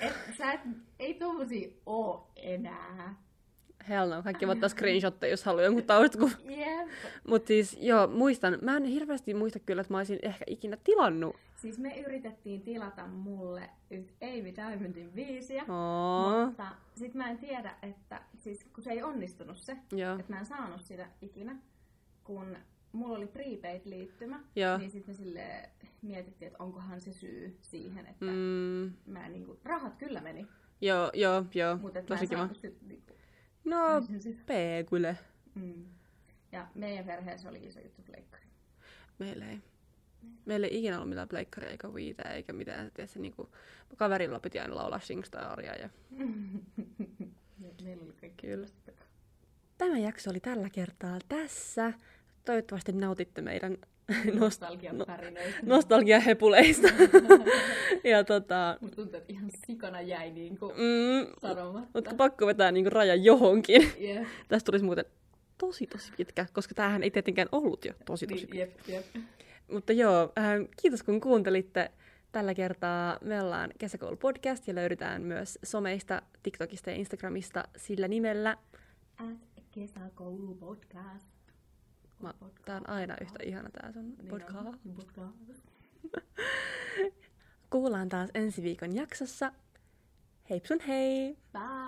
et, sä et, ei tommosia oo enää.
Hell no, kaikki voi ottaa screenshotteja, jos haluaa jonkun taustakuvan.
Jep.
Mutta siis, joo, muistan. Mä en hirveästi muista kyllä, että mä olisin ehkä ikinä tilannut.
Siis me yritettiin tilata mulle yht Amy Diamondin biisiä,
Oo.
mutta sit mä en tiedä, että siis kun se ei onnistunut se,
Joo.
että mä en saanut sitä ikinä, kun mulla oli prepaid-liittymä,
Joo.
niin sitten me sille mietittiin, että onkohan se syy siihen, että mm.
Mm,
mä niinku, rahat kyllä meni,
joo, joo, joo.
mutta et mä
Tosi
en
kiva.
saanut sit, niinku,
No,
sitä.
pee kyllä.
Mm. Ja meidän perheessä oli iso juttu pleikkari.
Meillä ei.
Mm.
Meillä ei ikinä ollut mitään pleikkaria eikä viitä eikä mitään. Tiedätkö, niinku, kaverilla piti aina laulaa Singstaria. Ja...
Me- Meillä oli kaikki
Kyllä. Tämä jakso oli tällä kertaa tässä. Toivottavasti nautitte meidän nost-
nostalgian
no-
tarinoita.
nostalgiahepuleista. ja tota,
Mut tuntuu, että ihan sikana jäi niinku
mm,
sanomatta.
mutta pakko vetää niinku raja johonkin.
Jep,
Tästä tulisi muuten tosi tosi pitkä, koska tämähän ei tietenkään ollut jo tosi tosi
niin,
pitkä.
jep, jep.
Mutta joo, äh, kiitos kun kuuntelitte. Tällä kertaa me ollaan Kesäkoulu podcast ja löydetään myös someista, TikTokista ja Instagramista sillä nimellä.
At kesäkoulu podcast.
Mä, tää on aina yhtä ihana tää sun
Niin
podcast.
on, podcast.
Kuullaan taas ensi viikon jaksossa. Heipsun hei!
Bye!